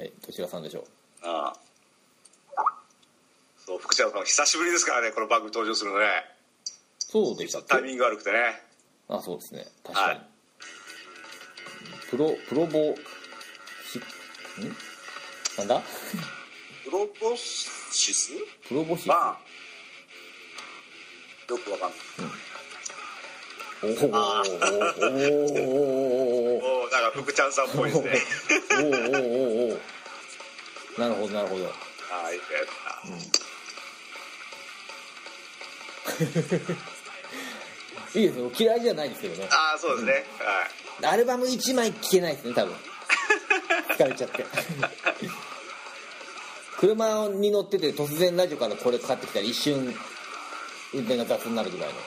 S1: い年賀さんでしょう
S2: ああそう福ちゃんさん久しぶりですからねこの番組登場するのね
S1: そうでしたっ
S2: タイ
S1: け
S2: ミング悪くてね
S1: あそうですね確かに、
S2: は
S1: プロプロボシんなんだ
S2: プロポシス
S1: プロボシ
S2: まあよくわかんない
S1: おーおーおーおーおーおーおーおー
S2: おなんか福ちゃんさんっぽい <laughs> ですね
S1: おーおーなるほどなるほど
S2: はいえ
S1: いいですよ嫌いじゃないですけどね
S2: ーああそうですね、はい
S1: アルバム1枚聴けないですね多分疲れちゃって車に乗ってて突然ラジオからこれかかってきたら一瞬運転が雑になるぐらいの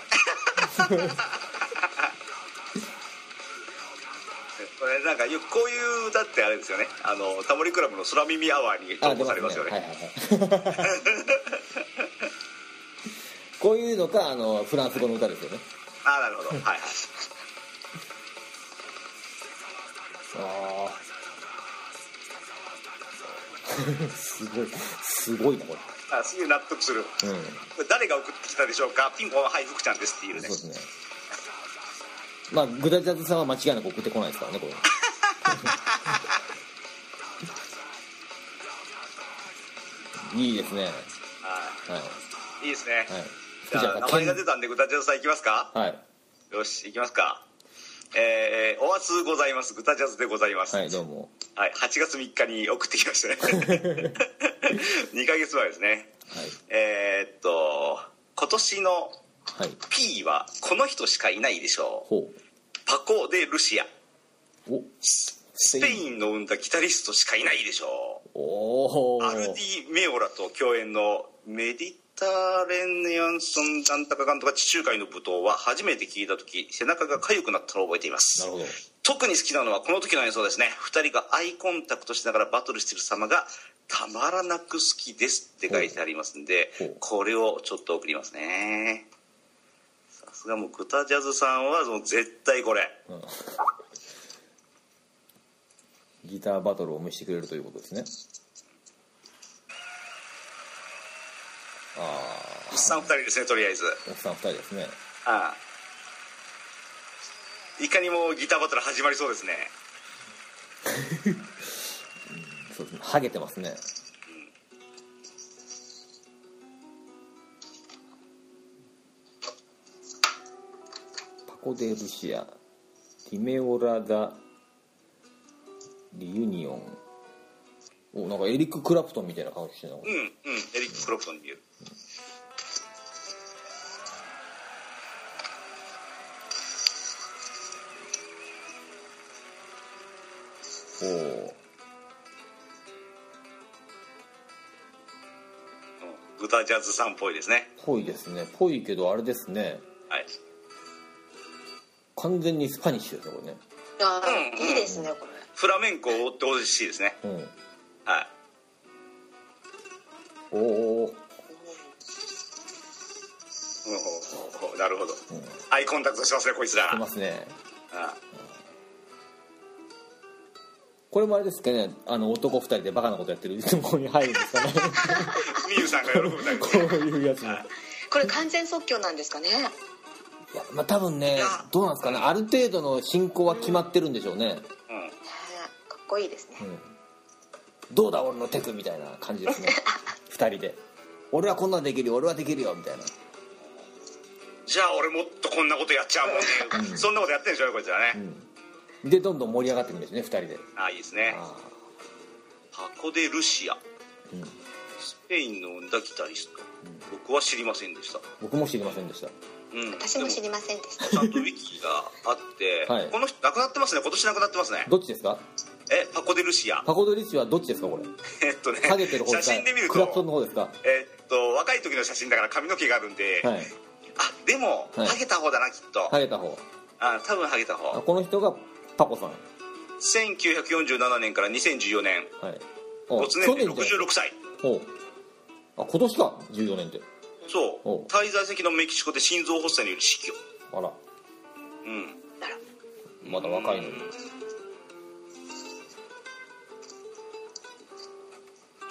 S2: これなんかよくこういう歌ってあれですよねあのタモリクラブの空耳アワーに投稿されますよね
S1: はいはいはい <laughs> こういうのかあのフランス語の歌ですよね
S2: <laughs> ああなるほどはいはい
S1: ああ <laughs> すごいすごいなこ
S2: あすげえ納得するこ
S1: れうん
S2: れ誰が送ってきたでしょうかピンポンはい福ちゃんですっていうね
S1: そうですねまあグダジャズさんは間違いなく送ってこないですからねこれ <laughs> はいいですね
S2: は
S1: はい
S2: いいいですね、
S1: はい
S2: じゃあ名前が出たんでグタジャズさんいきますか
S1: はい
S2: よしいきますかえー、おわすございますグタジャズでございます
S1: はいどうも
S2: はい、8月3日に送ってきましたね
S1: <laughs>
S2: 2ヶ月前ですね
S1: はい
S2: えー、っと今年の
S1: はい
S2: P はこの人しかいないでしょう
S1: ほ
S2: パコ・デ・ルシア
S1: う
S2: スペインの生んだギタリストしかいないでしょ
S1: おおお
S2: うアルディ・メオラと共演のメディタレニアンソンなんとかかんとか地中海の舞踏は初めて聞いた時背中が痒くなったのを覚えています
S1: なるほど
S2: 特に好きなのはこの時の演奏ですね2人がアイコンタクトしながらバトルしてる様がたまらなく好きですって書いてありますんで
S1: ほうほう
S2: これをちょっと送りますねさすがもうグタジャズさんはもう絶対これ
S1: ギターバトルを見せてくれるということですねあ
S2: おっさん2人ですねとりあえず
S1: あおっさん2人ですね
S2: ああいかにもギターバトル始まりそうですね
S1: そうですねハゲてますねパコ・デ・ルシアリメオラ・ダ・リユニオンおなんかエリック・クラプトンみたいな顔してるなこ
S2: うん
S1: れ
S2: うんエリック・クロプトンに言う
S1: おお
S2: うんグタジャズさんっぽいですね
S1: ぽいですねぽいけどあれですね
S2: はい
S1: 完全にスパニッシュですねこれね
S3: あー
S2: うん
S3: いいですねこれ
S2: フラメンコを追ってほしいですね
S1: うん
S2: はい
S1: おおー
S2: ほうほうほうほうなるほど
S1: うん来
S2: アイコンタクトしますねこいつらあ
S1: ますね
S2: あ
S1: これもあれですかねあの男二人でバカなことやってるところに入るんですか
S2: <laughs>
S1: ね
S2: みゆさん
S1: <laughs>
S2: が喜ぶんだけど
S1: こういうやつもいや
S3: これ完全即興なんですかね
S1: まあ多分ねどうなんですかねある程度の進行は決まってるんでしょうね、
S2: うん
S3: ねかっこいいですね
S1: うん、どうだ俺のテクみたいな感じ
S2: <laughs>
S1: ですね二人で俺はこんなんできるよ俺はできるよみたいな
S2: じゃあ俺もっとこんなことやっちゃうもんね、そんなことやってるんでしょこいつはね、
S1: うん、でどんどん盛り上がっていくんですね2人で
S2: ああいいですね
S1: あ
S2: 箱でルシア
S1: ー、うん、
S2: スペインの女ギタリスト僕は知りませんでした、
S1: 僕も知りませんでした
S2: うん、
S3: 私も知
S2: で
S3: りませんでした
S2: ちゃんとウィキがあって、
S1: はい
S2: この人亡くなってますね今年亡くなってますね
S1: どっちですか
S2: えパコ・デ・ルシア
S1: パコドリッチはどっちですかこれ
S2: えっとね
S1: 下げてる方
S2: 写
S1: ですか
S2: 真で見る
S1: クラプトン
S2: と
S1: の方ですかは
S2: えっと若い時の写真だから髪の毛があるんで、
S1: い
S2: あでも
S1: はい
S2: ハゲた方だなきっと、
S1: 下げた方
S2: あ多分ハゲた
S1: あ
S2: 方
S1: この人がパコさん
S2: 1947年から2014年
S1: はいお
S2: 没年で
S1: じゃん
S2: 66歳
S1: おうあ今年か14年って
S2: そ
S1: おう
S2: う滞在先のメキシコで心臓発作による死去
S1: あら
S2: うん
S1: まだ若いのに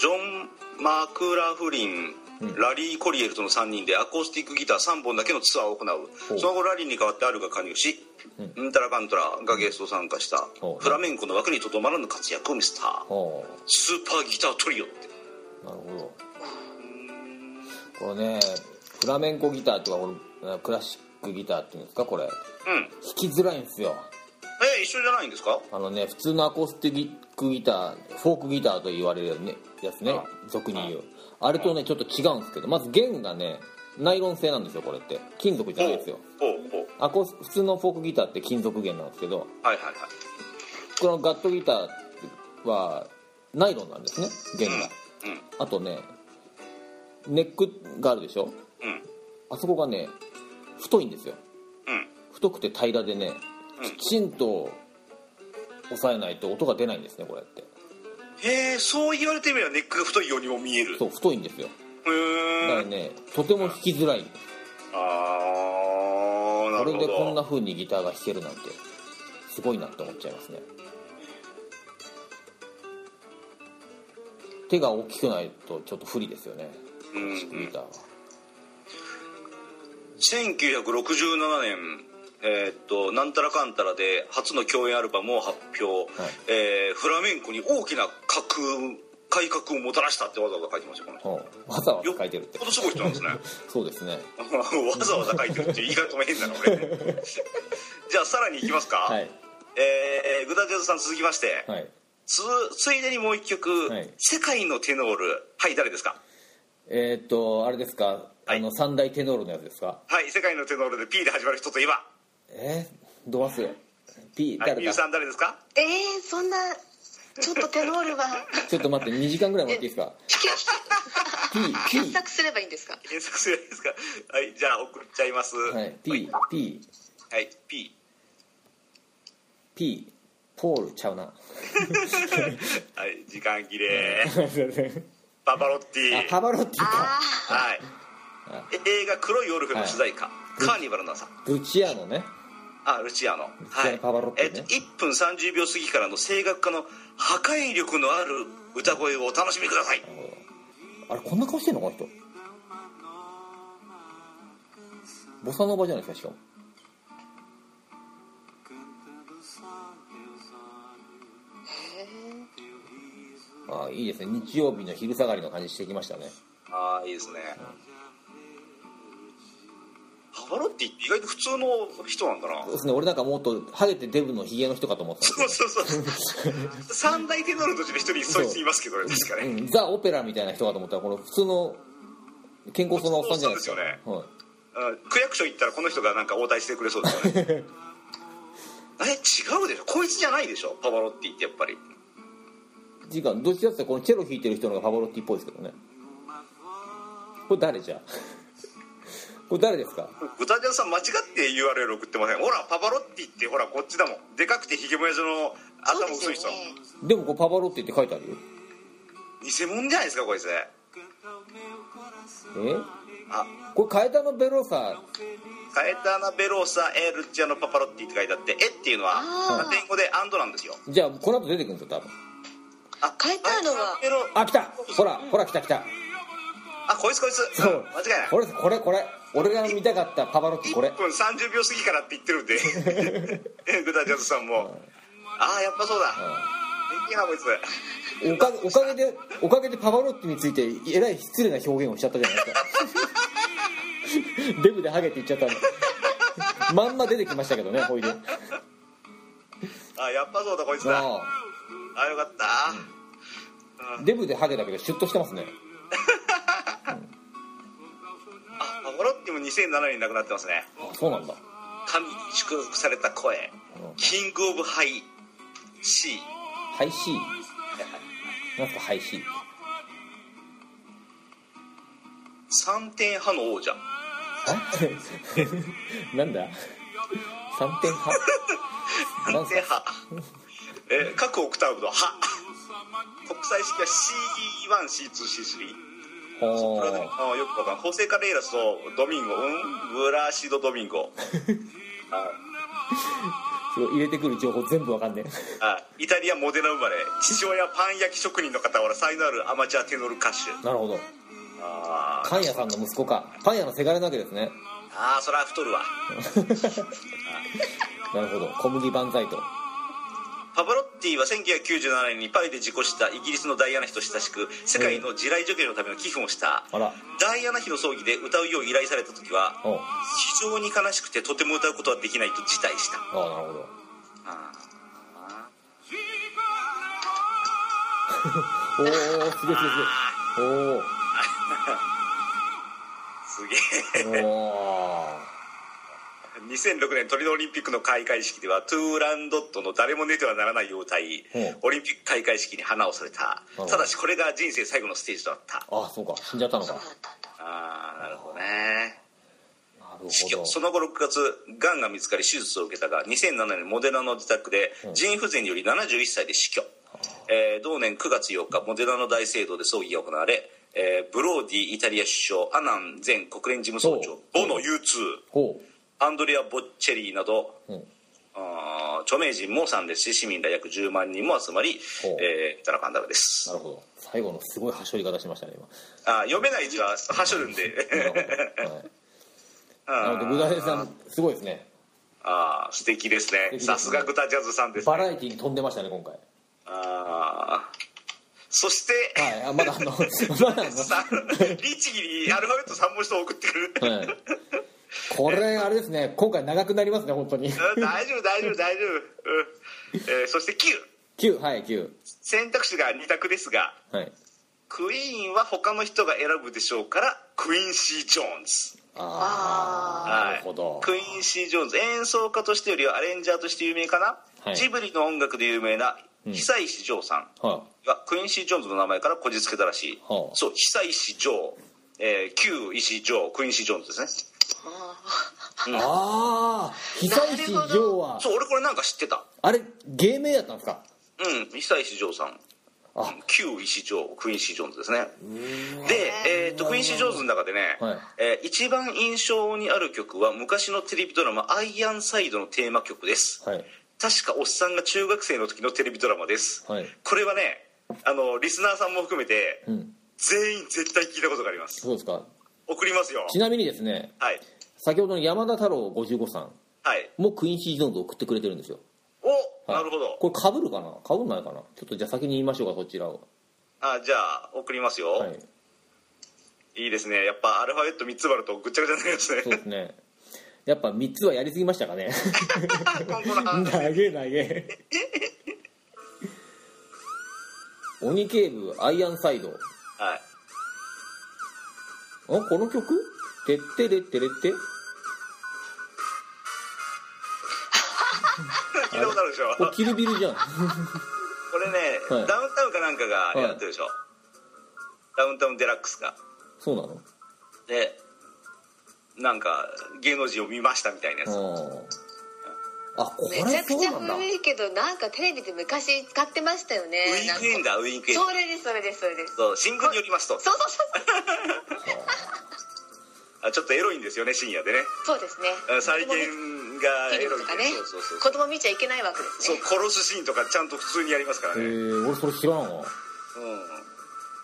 S2: ジョン・マクラフリン、
S1: うん
S2: ラリー・コリエルとの3人でアコースティックギター3本だけのツアーを行
S1: ほう
S2: うその後ラリーに代わってアルが加入し、
S1: うん
S2: うん、タラカントラがゲスト参加した
S1: ほう
S2: フラメンコの枠にとどまらぬ活躍を見せた
S1: おう
S2: スーパーギタートリオって
S1: なるほどこれねフラメンコギターとかこれクラシックギターっていうんですかこれ
S2: うん
S1: 弾きづらいんですよ
S2: え一緒じゃないんですか
S1: あのね普通のアコースティックギターフォークギターと言われるやつねやつね俗に言うあれとねちょっと違うんですけどまず弦がねナイロン製なんですよこれって金属じゃないですよ
S2: ほうほうほう
S1: アコース普通のフォークギターって金属弦なんですけど
S2: はいはいはい
S1: このガットギターはナイロンなんですね弦が
S2: うん
S1: あとねネックがあるでしょ
S2: うん
S1: あそこがね太いんですよ
S2: うん
S1: 太くて平らでね
S2: うん
S1: きちんと押さえないと音が出ないんですねこれって
S2: へえそう言われてみればネックが太いようにも見える
S1: そう太いんですよ
S2: へ
S1: だから
S2: え
S1: ねとても弾きづらい
S2: ああな
S1: こ
S2: る
S1: れ
S2: ほ
S1: で
S2: ど
S1: こんな風にギターが弾けるなんてすごいなって思っちゃいますね手が大きくないとちょっと不利ですよね
S2: うんうん
S1: ギターは
S2: 1967年えーっとなんたらかんたらで初の共演アルバムを発表、
S1: はい
S2: えーフラメンコに大きな革改革をもたらしたってわざわざ書いてますよこの人
S1: うんわざわざ書いてるって
S2: よっぽどすごい人なんですね <laughs>
S1: そうですね
S2: わざわざ書いてるっていう言い方も変だな俺
S1: <laughs>
S2: じゃあさらにいきますか、
S1: はい
S2: えーグダジャズさん続きまして、
S1: はい
S2: つついでにもう一曲、
S1: はい
S2: 世界のテノール」はい誰ですか
S1: えーっとあれですか
S2: は
S1: あ
S2: い
S1: の三大テノールのやつですか
S2: はい「世界のテノール」で P で始まる人といえば
S1: えー、ど忘れ P
S2: はい
S1: 誰
S2: みゆ
S1: か
S2: さん誰ですか
S3: えー、そんなちょっとテノールは
S1: ちょっと待って2時間ぐらい待っていいですか P
S3: 検
S1: P
S3: 索すればいいんですか
S2: 検索するんですかはいじゃあ送っちゃいます
S1: は
S2: はいい
S1: P P
S2: はい P
S1: P ポールちゃうな
S2: はい時間切れ
S1: すいません
S2: パパロッテ
S1: あ
S2: ィ
S1: パバロッティか
S3: あ
S2: はい映画「黒いオルフェ」の主題歌、カーニバルの朝
S1: ルチアーノね
S2: あルチアの
S1: チア
S2: は
S1: の
S2: い
S1: パパロッティ
S2: えっ
S1: ね
S2: と1分30秒過ぎからの声楽家の破壊力のある歌声をお楽しみください
S1: あれこんな顔してんのこの人ボサノバじゃないですかしかもああいいですね日曜日の昼下がりの感じしてきましたね
S2: ああいいですねパパロッティって意外と普通の人なんだな
S1: そうですね俺なんかもっとハゲてデブのヒゲの人かと思ってたん
S2: そう
S1: です
S2: そうそう三大テノールのうちの一人にそいついますけどね確か
S1: け
S2: ね
S1: ど、うん、ザ・オペラみたいな人かと思ったらこの普通の健康そうなおっさんじゃないですか
S2: そうです
S1: はい
S2: うん区役所行ったらこの人がなんか応対してくれそうですよねえ違うでしょこいつじゃないでしょパパロッティってやっぱり
S1: 時間どっちだってこのチェロ弾いてる人の方がパバロッティっぽいですけどねこれ誰じゃ <laughs> あこれ誰ですか
S2: 歌田さん間違って URL 送ってませんほらパパロッティってほらこっちだもんでかくてひげもやじの
S3: あそう
S2: 頭
S3: です
S2: 薄
S3: よ
S2: い人、
S3: ね
S1: でもこれパバロッティって書いてあるよ
S2: 偽物じゃないですかこいつ
S1: え
S2: あ
S1: これカエタのベロサ
S2: カエターナ・ベローサ・エルチアのパパロッティって書いてあって「え」っていうのは
S3: あー
S2: ラテン語で「アンド」なんですよ
S1: じゃあこの後出てくるんですよ多分
S2: あ
S3: カエターノは
S2: ベロ
S1: あ来たほらほら来た来た
S2: あこいつこいつ
S1: そ
S2: うん
S1: う
S2: 間違いない
S1: これこれこれ俺が見たかったパバロッティこれ
S2: 1分30秒過ぎからって言ってるんで
S1: <laughs>
S2: グダジャズさんもああやっぱそうだ元気なこいつ
S1: おかげおかげでおかげでパバロッティについてえらい失礼な表現をしちゃったじゃないですか <laughs> デブでハゲって言っちゃったのまんま出てきましたけどねほいで
S2: あやっぱそうだこいつだ
S1: あ
S2: あよかった、
S1: あデブでハゲだけどシュッとしてますね
S2: あゴロッティも2007年亡くなってますね
S1: あそうなんだ
S2: 神に祝福された声
S1: うん
S2: キングオブハイ C
S1: ハイシーなんすかハイシー
S2: 3点派の王者
S1: え <laughs> なんだ3点派なん
S2: 3
S1: す
S2: 点
S1: か
S2: 派え各オクターブの派国際式は C1C2C3
S1: ほ
S2: これはでも
S1: ー
S2: あよくわかんないホセ・カレイラスとドミンゴうんブラシド・ドミンゴはい
S1: すごい入れてくる情報全部わかんねえ
S2: はいイタリア・モデナ生まれ父親パン焼き職人の傍ら才能あるアマチュアテノール歌手
S1: なるほど
S2: あー
S1: パン屋さんの息子かパン屋のせがれなわけですね
S2: あーそら太るわ
S1: なるほど小麦万歳と
S2: パバロッティは1997年にパリで事故したイギリスのダイアナ妃と親しく世界の地雷除去のための寄付をした
S1: あら
S2: ダイアナ妃の葬儀で歌うよう依頼された時は
S1: おう
S2: 非常に悲しくてとても歌うことはできないと辞退 <laughs> した
S1: ああなるほど <laughs> おおすげえすげえすげえ
S2: すげえ
S1: おーおー
S2: 2006年トリノオリンピックの開会式ではトゥーランドットの「誰も寝てはならない」を歌い
S1: うん
S2: オリンピック開会式に花を添えた
S1: うん
S2: ただしこれが人生最後のステージとなった
S1: ああそうか死んじゃったのか
S3: そう
S1: な
S3: だったんだ
S2: ああなるほどね
S1: るほ
S2: 死去
S1: ど
S2: その後6月がんが見つかり手術を受けたが2007年モデナの自宅で
S1: うん
S2: 腎不全により71歳で死去、えー同年9月8日モデナの大聖堂で葬儀が行われ、えーブローディイタリア首相アナン前国連事務総長ボノ U2
S1: ほ
S2: アンドレア・ボッチェリーなど
S1: う、うん、
S2: あー著名人も参列し市民ら約10万人も集まり
S1: ほう、
S2: えー、田中アンダルです
S1: なるほど最後のすごい端折り方しましたね今
S2: <laughs> あー読めない字ははしょるんで
S1: なるほど、はい、な
S2: あ
S1: ので
S2: ー
S1: グダヘさんすごいですね
S2: <laughs> あー素敵です
S1: 敵で
S2: ね
S1: すね
S2: さすがグタジャズさんですね
S1: バラエティーに飛んでましたね今回
S2: ああそして、
S1: はいあまだあの <laughs> まだあの
S2: <laughs> さ律儀にアルファベット3文字とも送ってくる、
S1: はい、これあれですね今回長くなりますね本当
S2: <laughs>
S1: に
S2: うん大丈夫大丈夫大丈夫、うんえーそして9
S1: 9はい9
S2: 選択肢が2択ですが
S1: はい
S2: クイーンは他の人が選ぶでしょうからクイーンシー・ジョーンズ
S1: ああ
S2: はい
S1: なるほど
S2: クイーンシー・ジョーンズ演奏家としてよりはアレンジャーとして有名かな、
S1: はい
S2: ジブリの音楽で有名な
S1: うん
S2: 久石譲さん
S1: は
S2: がクイーンシー・ジョーンズの名前からこじつけたらしい、
S1: はあ
S2: そう久石譲、えー、旧石譲クイーンシー・ジョーンズですね
S1: い、ああ久石譲は
S2: そう俺これなんか知ってた
S1: あれ芸名やったんですか
S2: うん久石譲さん
S1: あ
S2: 旧石譲クイーンシー・ジョーンズですねで、えーっとクイーンシー・ジョーンズの中でね、
S1: はい
S2: えー一番印象にある曲は昔のテレビドラマ「アイアンサイド」のテーマ曲です、
S1: はい
S2: 確かおっさんが中学生の時のテレビドラマです、
S1: はい
S2: これはねあのリスナーさんも含めて、
S1: うん
S2: 全員絶対聞いたことがあります
S1: そうですか
S2: 送りますよ
S1: ちなみにですね
S2: はい
S1: 先ほどの山田太郎55さん
S2: はい
S1: もクイーンシー・ジョーンズを送ってくれてるんですよ、
S2: お、
S1: はい
S2: なるほど
S1: これかぶるかなかぶんないかなちょっとじゃあ先に言いましょうかそちらを
S2: あじゃあ送りますよ、
S1: はい
S2: いいですねやっぱアルファベット3つ割るとぐっちゃぐちゃになりますね
S1: そうですねやっぱ3つはやりすぎましたかね
S2: 今後の
S1: <laughs>
S2: 話
S1: 投げ投
S3: <laughs>
S1: げ鬼警部アイアンサイド
S2: はい
S1: あこの曲てってれってれって
S2: 聞いたことあるでしょ
S1: これキルビルじゃん
S2: これね、
S1: はい
S2: ダウンタウンかなんかがやってるでしょ、ダウンタウンデラックスが
S1: そうなの
S2: でなんか芸能人を見ましたみたいなやつ、
S1: あーあこ
S3: めち
S1: れ
S3: ゃく
S1: そ
S3: ちゃ
S1: うなんだ
S3: 古いけどなんかテレビで昔使ってましたよね
S2: ウィークエンダーウィークエンダー
S3: それですそれですそれです
S2: そう新聞によりますと
S3: そうそうそう
S2: あちょっとエロいんですよね深夜でね
S3: そうですね
S2: あ再現がエロ
S3: 子供
S2: い
S3: とか
S2: そ
S3: ね
S2: うそうそ
S3: 子
S2: う
S3: 供見ちゃいけないわけです
S2: そう
S3: ね
S2: 殺すシーンとかちゃんと普通にやりますから
S1: え
S2: ね、う
S1: ー、俺
S2: ん、
S1: それ知らんわ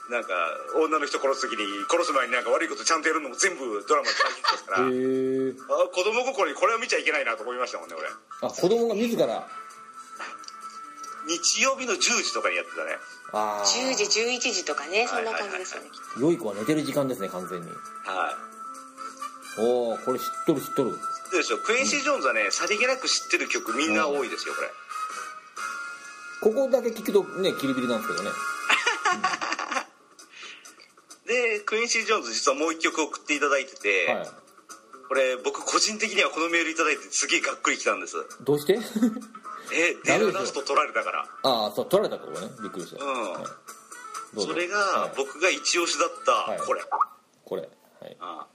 S2: なんか女の人殺す時に殺す前になんか悪いことちゃんとやるのも全部ドラマで再現ですから
S1: へえー、
S2: あ子供心にこれは見ちゃいけないなと思いましたもんね俺
S1: あ子供が自ら
S2: 日曜日の10時とかにやってたね
S1: ああ
S3: 10時11時とかねそんな感じですよね
S1: 良い子は寝てる時間ですね完全に
S2: はい
S1: おーこれ知っとる知っとる
S2: そうでしょクエンシー・ジョーンズはねさりげなく知ってる曲みんな多いですよこれ
S1: ここだけ聞くとねキリビリなんですけどね
S2: でクエンシー・ジョーンズ実はもう一曲送っていただいてて、
S1: はい
S2: これ僕個人的にはこのメールいただいてすげえがっくりきたんです
S1: どうして <laughs>
S2: え
S1: な
S2: デ
S1: るほど
S2: ールラスト取られたから
S1: ああそう取られたからねびっくりした、
S2: うん
S1: はいどうぞ
S2: それ
S1: は
S2: が
S1: い
S2: 僕が一押しだっ
S1: はい
S2: たこれ、
S1: これ、はい、
S2: あ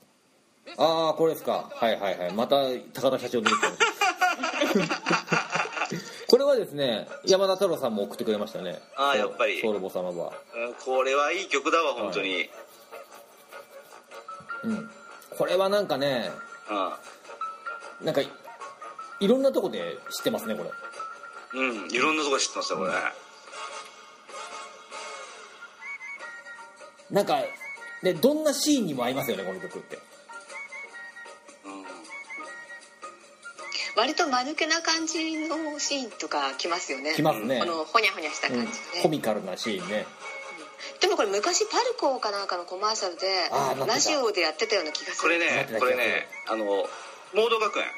S1: ああこれですかはいはいはいまた高田社長出てきた <laughs> これはですね山田太郎さんも送ってくれましたね
S2: あーやっぱり
S1: ソウルボ様は
S2: うんこれはいい曲だわ本当に、
S1: うんこれはなんかね
S2: う
S1: なんかいいろんなとこで知ってますねこれ
S2: ん、うん、いろんなとこ知ってましたこれ、
S1: なんかでどんなシーンにも合いますよねこの曲って
S2: うん
S3: 割と間抜けな感じのシーンとか来ますよね
S1: きますね
S3: こ、のほにゃほにゃした
S1: うん
S3: 感じ
S1: コ
S3: でね、
S1: ミカルなシーンね
S3: でもこれ昔パルコかなんかのコマーシャルで
S1: あーなってた
S3: ラジオでやってたような気がす
S2: これ
S3: る
S2: ねこれねあのモード学園
S3: あ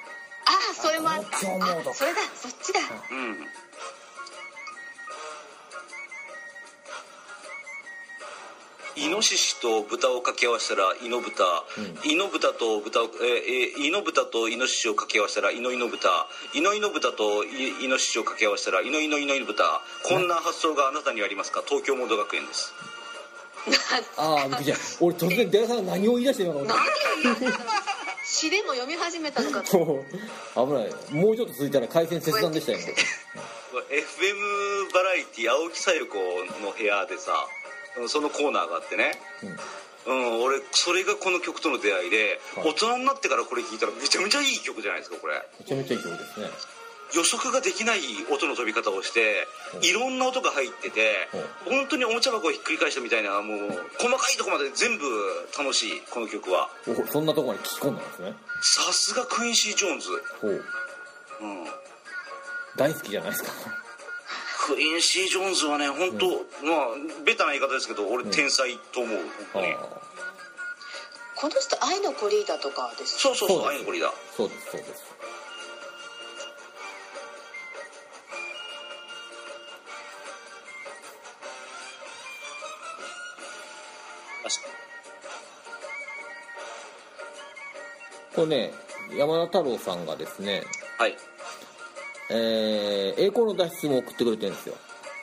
S3: あそれもあったあ
S1: 東京モード
S3: それだそっちだ
S2: うんイノシシと豚を掛け合わせたらイノブタ、イノブタと豚をええイノブタとイノシシを掛け合わせたらイノイノブタイノイノブタとイイノシシを掛け合わせたらイノイノイノイノブタこんな発想があなたにはありますか東京モード学園です
S1: ああびっくりした俺突然寺田さんが何を言い出してるのかと思った
S3: 何を言うの詩でも読み始めたのかと
S1: そう危ないよもうちょっと続いたら回線切断でしたよね
S2: FM バラエティ青木さよ子の部屋でさそのコーナーがあってね、うん俺それがこの曲との出会いで、
S1: はい
S2: 大人になってからこれ聴いたらめちゃめちゃいい曲じゃないですかこれ
S1: めちゃめちゃいい曲ですね
S2: 予測ができない音の飛び方をしていろんな音が入ってて本当におもちゃ箱をひっくり返したみたいなもう細かいとこまで全部楽しいこの曲は
S1: おそんなところに聞き込んだんですね
S2: さすがクインシー・ジョーンズ、
S1: ほう
S2: うん、
S1: 大好きじゃないですか
S2: クインシー・ジョーンズはね本当、まあベタな言い方ですけど俺天才と思う、
S1: あ
S2: 本当に
S1: あ
S3: この人愛のコリーダとかです
S2: そうそうそう
S1: そうです
S2: 愛のゴリだ
S1: そうですそうですこれね山田太郎さんがですね
S2: はい
S1: えー、栄光の脱出も送ってくれてるんですよ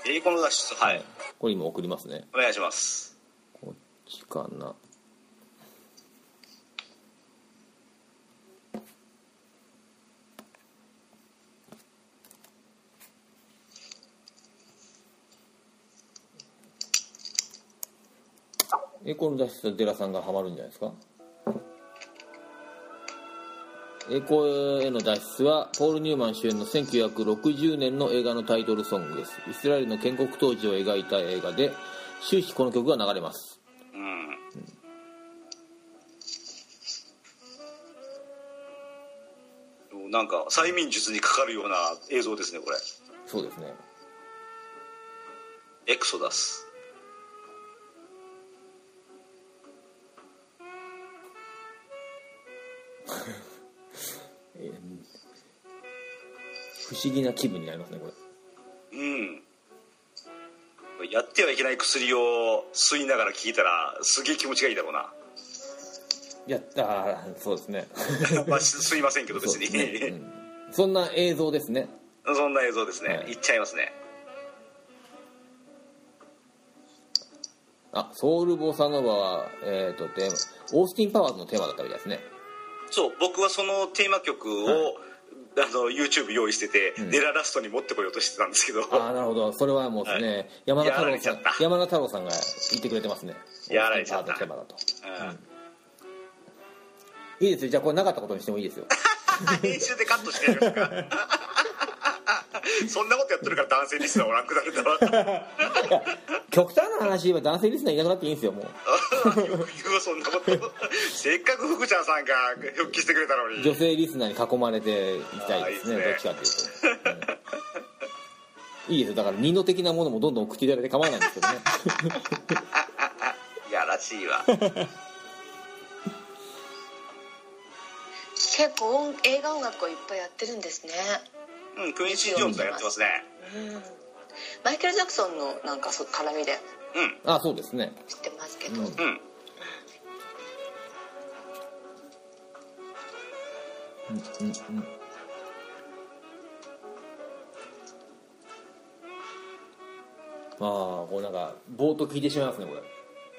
S2: 栄光の脱出はい
S1: これ今送りますね
S2: お願いします
S1: こっちかな栄光の脱出とデラさんがハマるんじゃないですか栄光への脱出はポール・ニューマン主演の1960年の映画のタイトルソングですイスラエルの建国当時を描いた映画で終始この曲が流れます
S2: うんなんか催眠術にかかるような映像ですねこれ
S1: そうですね
S2: エクソダス
S1: 不思議な気分になりますねこれ
S2: うんやってはいけない薬を吸いながら聞いたらすげえ気持ちがいいだろう <laughs> な
S1: いやあーそうですね
S2: まあ吸いませんけど別
S1: そうで
S2: に
S1: すね、うんそんな映像ですね
S2: <laughs> そんな映像ですね、
S1: はい
S2: いっちゃいますね
S1: あソウル・ボサノバはえっ、とテーマオースティン・パワーズのテーマだったみたいですね
S2: そう僕はそのテーマ曲を、あの YouTube 用意してて、
S1: ん
S2: デララストに持ってこようとしてたんですけど
S1: ああなるほどそれはもうですね、山田太郎さ
S2: やられちゃっ
S1: ん
S2: た
S1: 山田太郎さんが言ってくれてますね
S2: やられちゃった
S1: オースティンパワーズのテーマだと
S2: <laughs> う
S1: いいですよじゃあこれなかったことにしてもいいですよ
S2: ん、編集でカットしてやりますか <laughs> そんなことやってるから男性リスナーおらんくなるんだろう
S1: いや極端な話言えば男性リスナーいなくなっていいんですよもう
S2: よく言うわそんなこと <laughs> せっかく福ちゃんさんが復帰してくれたのに
S1: 女性リスナーに囲まれていきたいですね
S2: あーいいですね
S1: どっちかっていうと、うんいいですよだから二の的なものもどんどん送っていただいて構わないんですけどね
S2: <laughs> いやらしいわ
S3: 結構音映画音楽をいっぱいやってるんですね
S2: うん、クイーン・シー・ジョーンズがやってますね。
S3: うんマイケル・ジャクソンのなんかそう絡みで
S2: うん、
S1: あそうですね
S3: 知ってますけど、
S1: うん
S2: うん。
S1: うんうんああこれなんか冒頭聞いてしまいますねこれ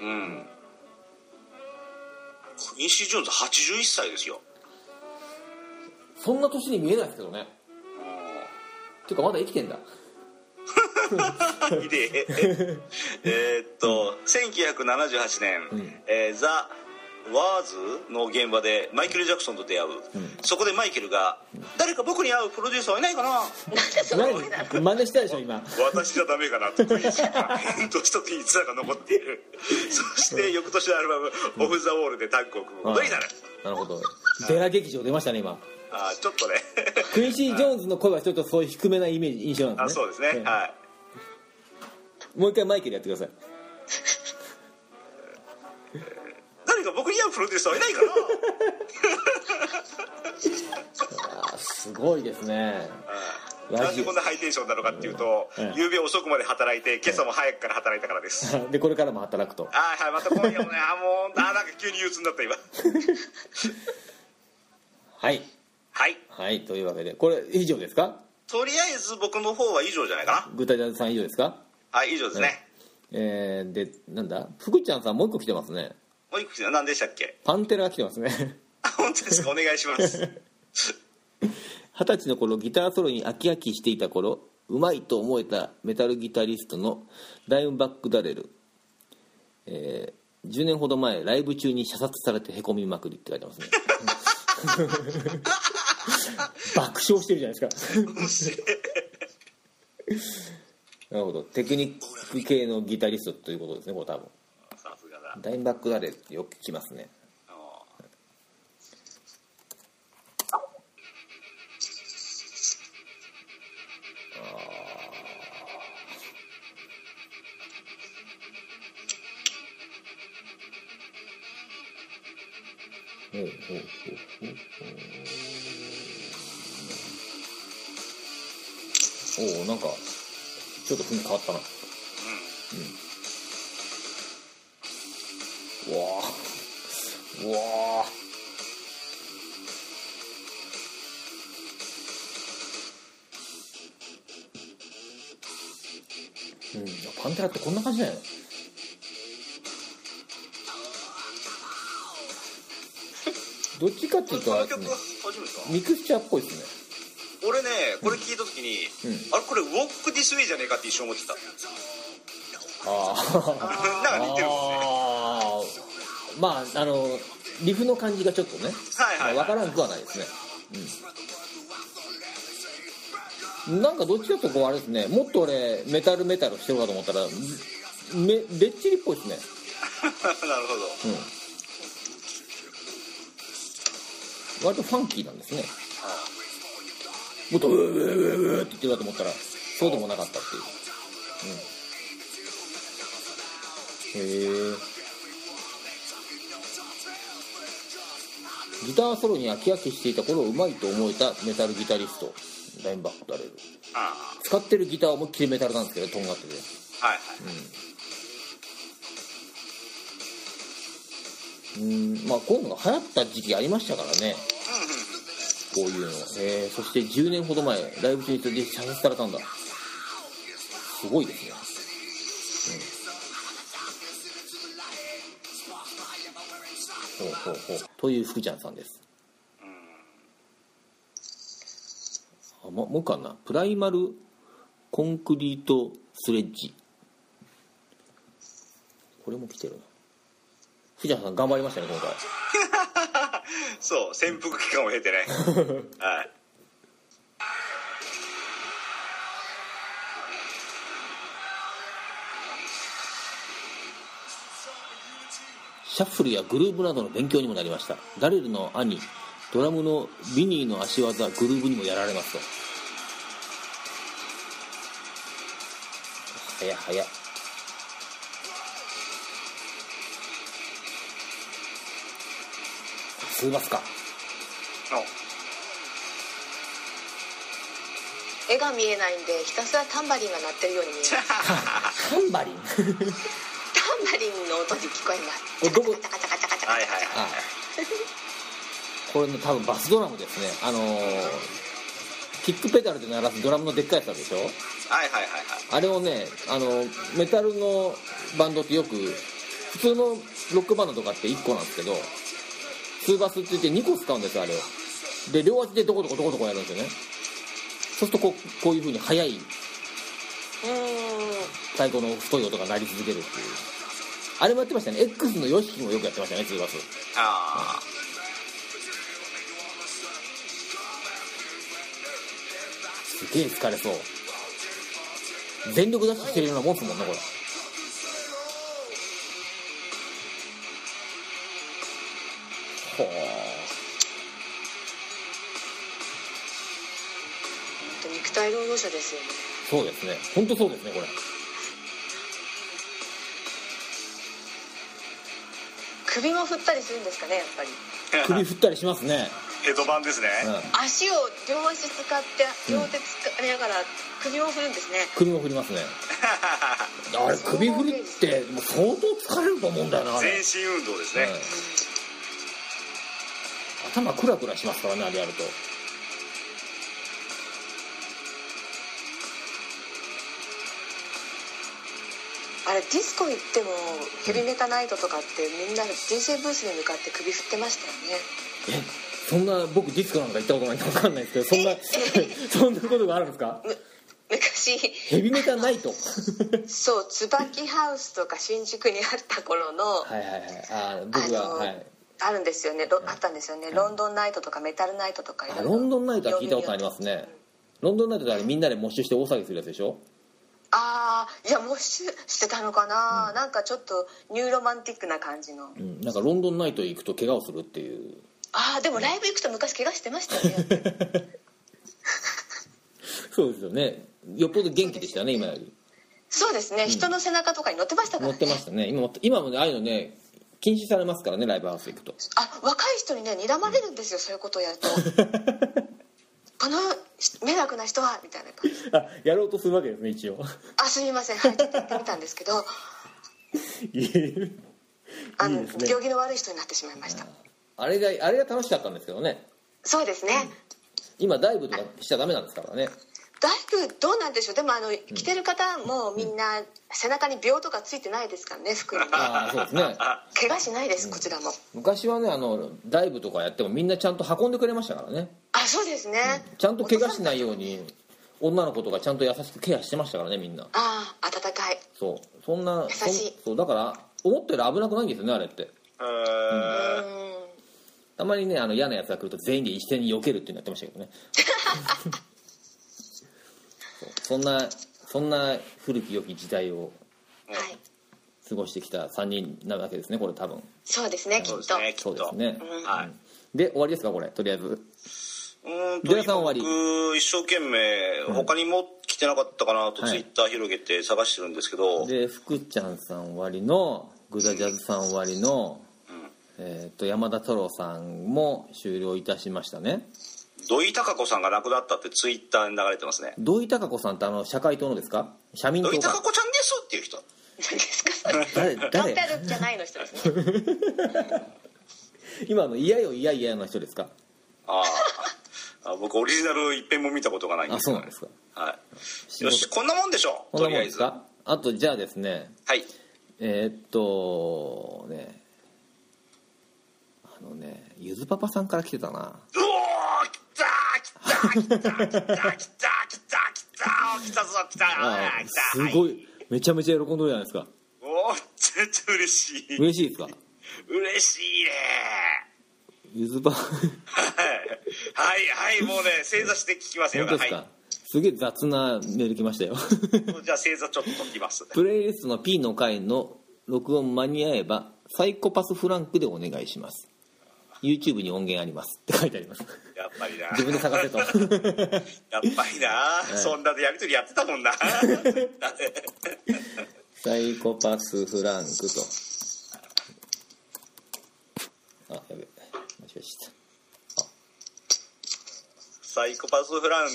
S2: うん。クイーン・シー・ジョーンズ81歳です <laughs> よ。
S1: そんな年に見えないですけどねていうかまだ生きてんだ
S2: で、えーっと、1978年、
S1: うん
S2: えーザ・ワーズの現場でマイケル・ジャクソンと出会う。
S1: ん
S2: そこでマイケルが、誰か僕に会うプロデューサーはいないかな
S1: 何真似したでしょ今
S2: 私じゃダメかなとクイーンシーが年とにツアーが残っているそして翌年のアルバム「オフ・ザ・ウォール」でタッグを組むことになる
S1: なるほどデラ劇場出ましたね今
S2: あーちょっとね
S1: クインシー・ジョーンズの声はちょっとそういう低めなイメージ印象なんですね
S2: あそうですね
S1: ん
S2: はい
S1: もう一回マイケルやってください
S2: 誰か僕に合うプロデューサーはいないかな
S1: あすごいですね
S2: なんでこんなハイテンションなのかっていうと、
S1: うん
S2: 夕べ遅くまで働いて今朝も早くから働いたからです、
S1: <laughs> でこれからも働くと
S2: あーはいまた今夜もねあーもうあーなんか急に憂鬱になった
S1: <laughs>
S2: 今
S1: はい
S2: はい
S1: はいというわけでこれ以上ですか
S2: とりあえず僕の方は以上じゃないか
S1: 具体的さん以上ですか
S2: なはい以上ですね、
S1: えー、でなんだ福ちゃんさんもう一個来てますね
S2: もう一個来て何でしたっけ
S1: パンテラが来てますね
S2: あ本当ですかお願いします
S1: <laughs> 二十歳の頃ギターソロに飽き飽きしていた頃うまいと思えたメタルギタリストのダイムバックダレル、えー10年ほど前ライブ中に射殺されてへこみまくりって書いてますね爆笑してるじゃないですか
S2: 面白い
S1: なるほどテクニック系のギタリストということですねこれ多分
S2: さすがだ
S1: ダイムバックダレルってよく聞きますねほうほうほうほうほうおおなんかちょっと雰囲気変わったなうん、うわーうわーうん、パンテラってこんな感じだよねどっちかっていうと
S2: こ
S1: あれ
S2: の
S1: です
S2: 曲
S1: ね
S2: 初めてか
S1: ミクスチャーっぽいですね
S2: 俺ねこれ聞いた時に、
S1: う
S2: あれこれウォック・ディス・ウェイじゃねえかって一瞬思
S1: <laughs>
S2: ってた
S1: ああ
S2: なんか似てるもんね
S1: あーまああのリフの感じがちょっとね、
S2: はいはい、
S1: ま
S2: は
S1: あ
S2: い、
S1: 分からんくはないですね、うん、なんかどっちかというとこうあれですねもっと俺メタルメタルしてるかと思ったらめレッチリっぽいですね
S2: <laughs> なるほど
S1: 割とファンキーなんですねもっとうーうーうーうーって言ってるかと思ったらそうでもなかったっていう、うん、へえギターソロに飽き飽きしていた頃うまいと思えたメタルギタリストラインバックダレル
S2: あ
S1: 使ってるギターは思いっきりメタルなんですけどとんがってて
S2: あはいはい
S1: うんまあこういうのが流行った時期ありましたからねこういうのえーそして10年ほど前ライブ中にそれで射殺されたんだすごいですね、うん、ほうほうほうという福ちゃんさんですあももう一個あんなプライマルコンクリートスレッジこれも来てるな藤田さん頑張りましたね今回
S2: そう潜伏期間
S1: <laughs>
S2: を経てねはい
S1: シャッフルやグルーブなどの勉強にもなりましたダレルの兄ドラムのビニーの足技グルーブにもやられますと早い早いツーバスか
S3: 絵が見えないんでひたすらタンバリンが鳴ってるように見えます
S1: タン <laughs> バリン
S3: タンバリンの音に聞こえます
S1: これどこ
S3: チャカチャカチャカチャカ
S2: はいはい
S3: チャカチャカ
S2: は
S1: あこれの多分バスドラムですねあのーキックペダルで鳴らすドラムのでっかいやつあるでしょ
S2: いはいはいはいはい
S1: あれをねあのメタルのバンドってよく普通のロックバンドとかって1個なんですけどツーバスって言って2個使うんですよあれをで両足でどこどこどこどこやるんですよねそうするとこうこういう風に速い太鼓の太い音が鳴り続けるっていうあれもやってましたね X の YOSHIKI もよくやってましたねツーバス
S2: あ
S1: すげえ疲れそう全力ダッシュしてるようなもんっすもんねこれほ
S3: 本当肉体労働者ですよね
S1: うそうですね本当そうですねこれ
S3: 首も振ったりするんですかねやっぱり
S1: 首振ったりしますね、
S2: ー <laughs> ヘドバンですね、
S1: うん、
S3: 足を両足使って両手使いながら首も振るんですね
S1: 首も振ります
S2: <laughs>
S1: ねあれ首振りってもう相当疲れると思うんだよなあれ
S2: 全、身運動ですね、
S1: うん頭クラクラしますからねあれやると
S3: あれディスコ行ってもヘビメタナイトとかってみんな DJ ブースに向かって首振ってましたよ
S1: え
S3: ね
S1: そんな僕ディスコなんか行ったことないんで分かんないです
S2: <laughs>
S1: けどそんなそんなことがあるんですか
S3: む昔
S1: ヘビメタない <laughs> と
S3: そう椿ハウスとか新宿にあった頃の、
S1: はいはいはいあー僕は、
S3: あの
S1: はい
S3: あるんですよねロあったんですよね、ロンドンナイトとかメタルナイトとかい
S1: あ
S3: ろいろ
S1: ロンドンナイトは聞いたことありますねロンドンナイトってあれみんなで募集して大騒ぎするやつでしょ
S3: ああいやもうししてたのかな、なんかちょっとニューロマンティックな感じの、
S1: うんなんかロンドンナイト行くと怪我をするっていう
S3: ああでもライブ行くと昔怪我してましたよね
S1: そうですよねよっぽど元気でしたね今より
S3: そうですね、人の背中とかに乗ってましたから、
S1: 乗
S3: ね、
S1: ってましたね今も今もねああいうのね禁止されますからねライブハウス行くと
S3: あ若い人にね睨まれるんですよ、そういうこと
S1: <laughs>
S3: をやるとこの迷惑な人はみたいな感じ
S1: あやろうとするわけですね一応 <laughs>
S3: あすみませんはいちょっとやってみたんですけどあの
S1: いいですね
S3: 行儀の悪い人になってしまいました
S1: あれがあれが楽しかったんですけどね
S3: そうですね、
S1: 今ダイブとかしちゃダメなんですからね
S3: だいぶどうなんでしょうでもあの着てる方もみんな背中に病とかついてないですからね服にね
S1: ああそうですね
S3: 怪我しないですこちらも
S1: 昔はねあのダイブとかやってもみんなちゃんと運んでくれましたからね
S3: あそうですね、
S1: ちゃんと怪我しないように女の子とかちゃんと優しくケアしてましたからねみんな
S3: ああ温かい
S1: そうそんな
S3: 優し
S1: そん
S3: い
S1: そうだから思ったより危なくないんですよねあれって
S2: えー
S3: うん
S1: たまにねあの嫌なやつが来ると全員で一斉に避けるっていうのやってましたけどねそうそんなそんな古き良き時代を
S3: はい
S1: 過ごしてきた3人なわけですねこれ多分
S3: そうですねきっ
S2: そうで
S3: と
S2: すねき
S1: そう
S2: っ
S1: です
S2: と
S1: ね、
S2: はい
S1: で終わりですかこれとりあえず
S2: うーん
S1: ジ
S2: と
S1: ョヤさん
S2: 今
S1: 終わ
S2: 僕一生懸命他にも来てなかったかなと
S1: はい
S2: ツイッター広げて探してるんですけど、
S1: で福ちゃんさん終わりのグダジャズさん終わりの、えー、と山田太郎さんも終了いたしましたね
S2: 土井孝子さんが亡くなったってツイッターに流れてますね
S1: 土井孝子さんってあの社会党のですか社民
S2: 土
S1: 党
S2: 井孝
S1: か
S2: 子ちゃんですっていう人
S3: 何ですかそ
S1: 誰
S3: れカン
S1: 誰
S3: タルじゃないの人ですね
S1: 今の嫌よ嫌嫌の人ですか
S2: あーあ僕オリジナル一遍も見たことがないん
S1: あ
S2: です
S1: そう
S2: よ
S1: なんですか
S2: はい、よしこんなもんでしょう
S1: こんな
S2: とり
S1: も
S2: あ
S1: ん
S2: え
S1: です
S2: ずは
S1: かあとじゃあですね
S2: い
S1: えーっとねあのねゆずパパさんから来てたな
S2: うおー来た来た来た来た来た来た来た来たぞ来た
S1: あ
S2: 来た
S1: ーすごいめちゃめちゃ喜んでるじゃないですか
S2: おーめっちゃ嬉しい
S1: 嬉しいですか
S2: 嬉しいね
S1: ゆずパ
S2: はいはいもうね正座して聞きますよ
S1: 本当ですか、
S2: は
S1: すげえ雑なメール来ましたよ <laughs>
S2: いじゃあ正座ちょっと解きます
S1: プレイリストの P の回の録音間に合えばサイコパスフランクでお願いします YouTube に音源ありますって書いてあります
S2: やっぱりな
S1: 自分で探せと <laughs>
S2: やっぱりなそんなでやりとりやってたもんな
S1: サイコパスフランクとあやべ間違えちゃったあ
S2: サイコパスフランク、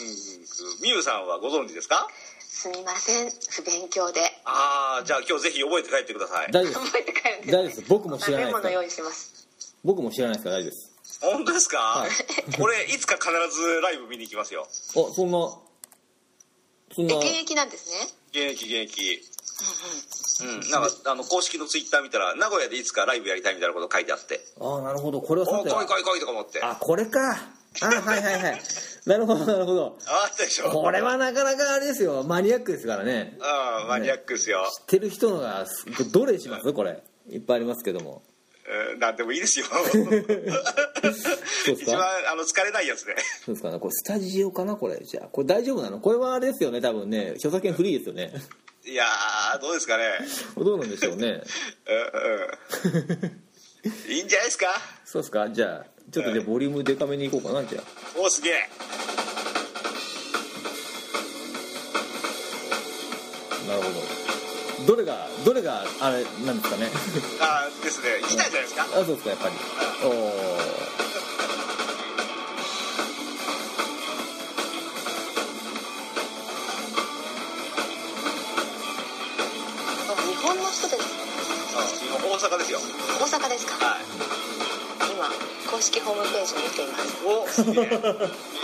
S2: みゆさんはご存知ですか
S3: すみません不勉強で
S2: ああ、じゃあ今日ぜひ覚えて帰ってください。
S1: 大丈夫です
S3: 覚えて帰るんです
S1: 大丈夫です僕も知らないですか
S3: 食べ物
S1: ら
S3: 用意します
S1: 僕も知らないですから大丈夫です
S2: 本当ですか、
S1: はい
S2: <laughs> これ、いつか必ずライブ見に行きますよ。
S1: あそんなそん
S3: え
S1: な
S3: 現役なんですね
S2: 現役、現役。うん、なんか、あの、公式のツイッター見たら、名古屋でいつかライブやりたいみたいなこと書いてあって、
S1: あなるほどこれは
S2: お
S1: さ
S2: お、
S1: て
S2: 来い
S1: は
S2: 来い来いとか思って。あ
S1: あこれかあはいはいはいなるほどなるほど
S2: あったでしょ
S1: これはなかなかあれですよマニアックですからね
S2: うん、マニアックですよ。
S1: 知ってる人のがすどれにしますこれいっぱいありますけども
S2: うん、なんでもいいですよ。
S1: そうです
S2: 一番
S1: か、
S2: あの、疲れないやつで。
S1: そうですかねこれスタジオかなこれじゃあこれ大丈夫なのこれはあれですよね多分ね著作権フリーですよね
S2: いやー、どうですかね。
S1: どうなんでしょうね
S2: うん、うん。いいんじゃないですか
S1: そうですかじゃあちょっとじゃあボリュームデカめにいこうかなじゃあ
S2: おー、すげえ。
S1: なるほどどれがどれがあれなんですかね
S2: あーですね。ギターじゃないですか
S1: あそうですかやっぱりおお
S3: あ日本の人です
S2: うん大阪ですよ。
S3: 大阪ですか
S2: はい。
S3: 今公式ホームページを見ています
S2: おすげえ <laughs>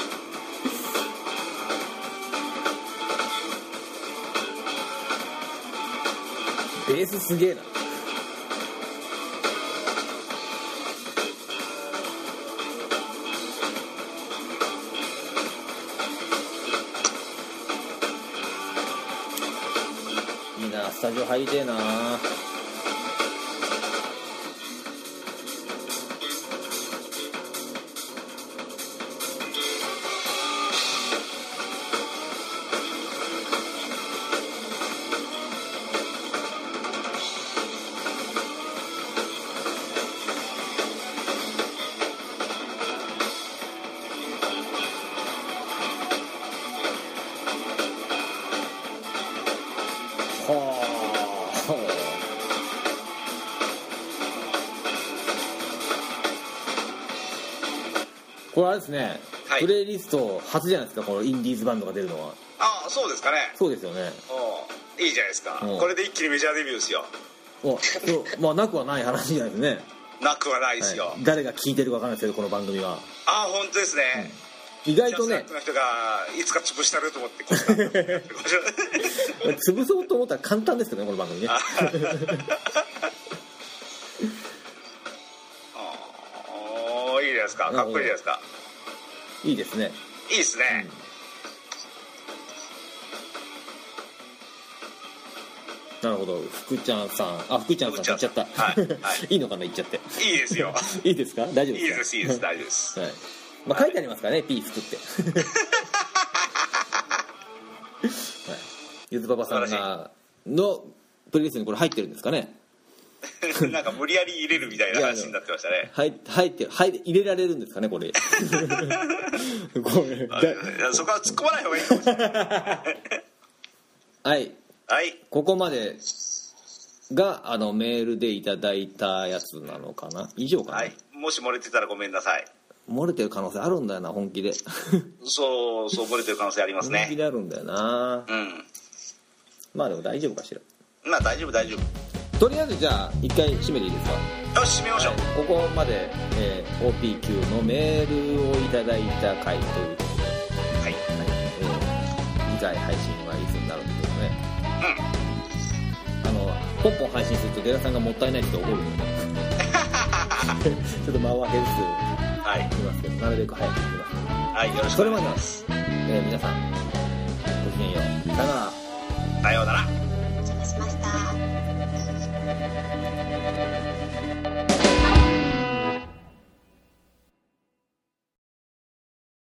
S1: ベースすげえないいなスタジオ入りてえなはあこれあれですね、
S2: はい
S1: プレイリスト初じゃないですかこのインディーズバンドが出るのは
S2: あそうですかね
S1: そうですよね
S2: おいいじゃないですか
S1: うん
S2: これで一気にメジャーデビューですよ
S1: おそうまあなくはない話じゃないですね、
S2: なくはないですよ、
S1: はい誰が聞いてるかわかんないですけどこの番組は
S2: あ本当ですね、
S1: 意
S2: う
S1: 外とね
S2: の人がいつか潰したると思ってこうしたんですね
S1: 潰そうと思ったら簡単ですけどねこの番組ね
S2: あ <laughs> おいいじゃないですかかっこいいじゃないですか
S1: いいですね
S2: いいですね、
S1: なるほど福ちゃんさんあ福ちゃんさん言っ
S2: 福ち
S1: ち
S2: ゃ
S1: ゃ
S2: ん
S1: った、
S2: はいは
S1: <laughs> 、
S2: い
S1: いのかな言っちゃって
S2: いいです <laughs> よ
S1: いいですか大丈夫
S2: いいですいいです大丈夫です
S1: はいまあ、書いてありますからね「P 作ってはいゆずパパさん
S2: 素晴
S1: がのプレイリストにこれ入ってるんですかね
S2: <laughs> なんか無理やり入れるみたいな話になってましたね
S1: 入入って入入れられるんですかねこ
S2: <laughs>
S1: れこれだ
S2: いやそこは突っ込まない方がいいかもしれない
S1: はい
S2: はい
S1: ここまでがあのメールでいただいたやつなのかな以上かな、
S2: はい、もし漏れてたらごめんなさい
S1: 漏れてる可能性あるんだよな本気で
S2: そうそう漏れてる可能性あります
S1: 本気
S2: ね
S1: であるんだよな
S2: うん
S1: まあでも大丈夫かしら
S2: まあ大丈夫大丈夫
S1: とりあえずじゃあ一回締めていいですか
S2: よし閉めましょう
S1: ここまで、えー OPQ のメールをいただいた回ということで、
S2: はい
S1: はいえー次回配信はいつになるんでしょうねあのポンポン配信するとデラさんがもったいないって怒
S2: <laughs>
S1: るのでちょっと間を空けつ
S2: うんはい
S1: つ行きますけどなるべく早く行きます
S2: はいよろしく
S1: そ
S2: お
S1: れ
S2: 願
S1: ま
S2: い
S1: で
S2: し
S1: は
S2: ま、
S1: えー皆さんごきげんようさよなら
S2: すさようなら
S3: お邪魔しました
S1: 「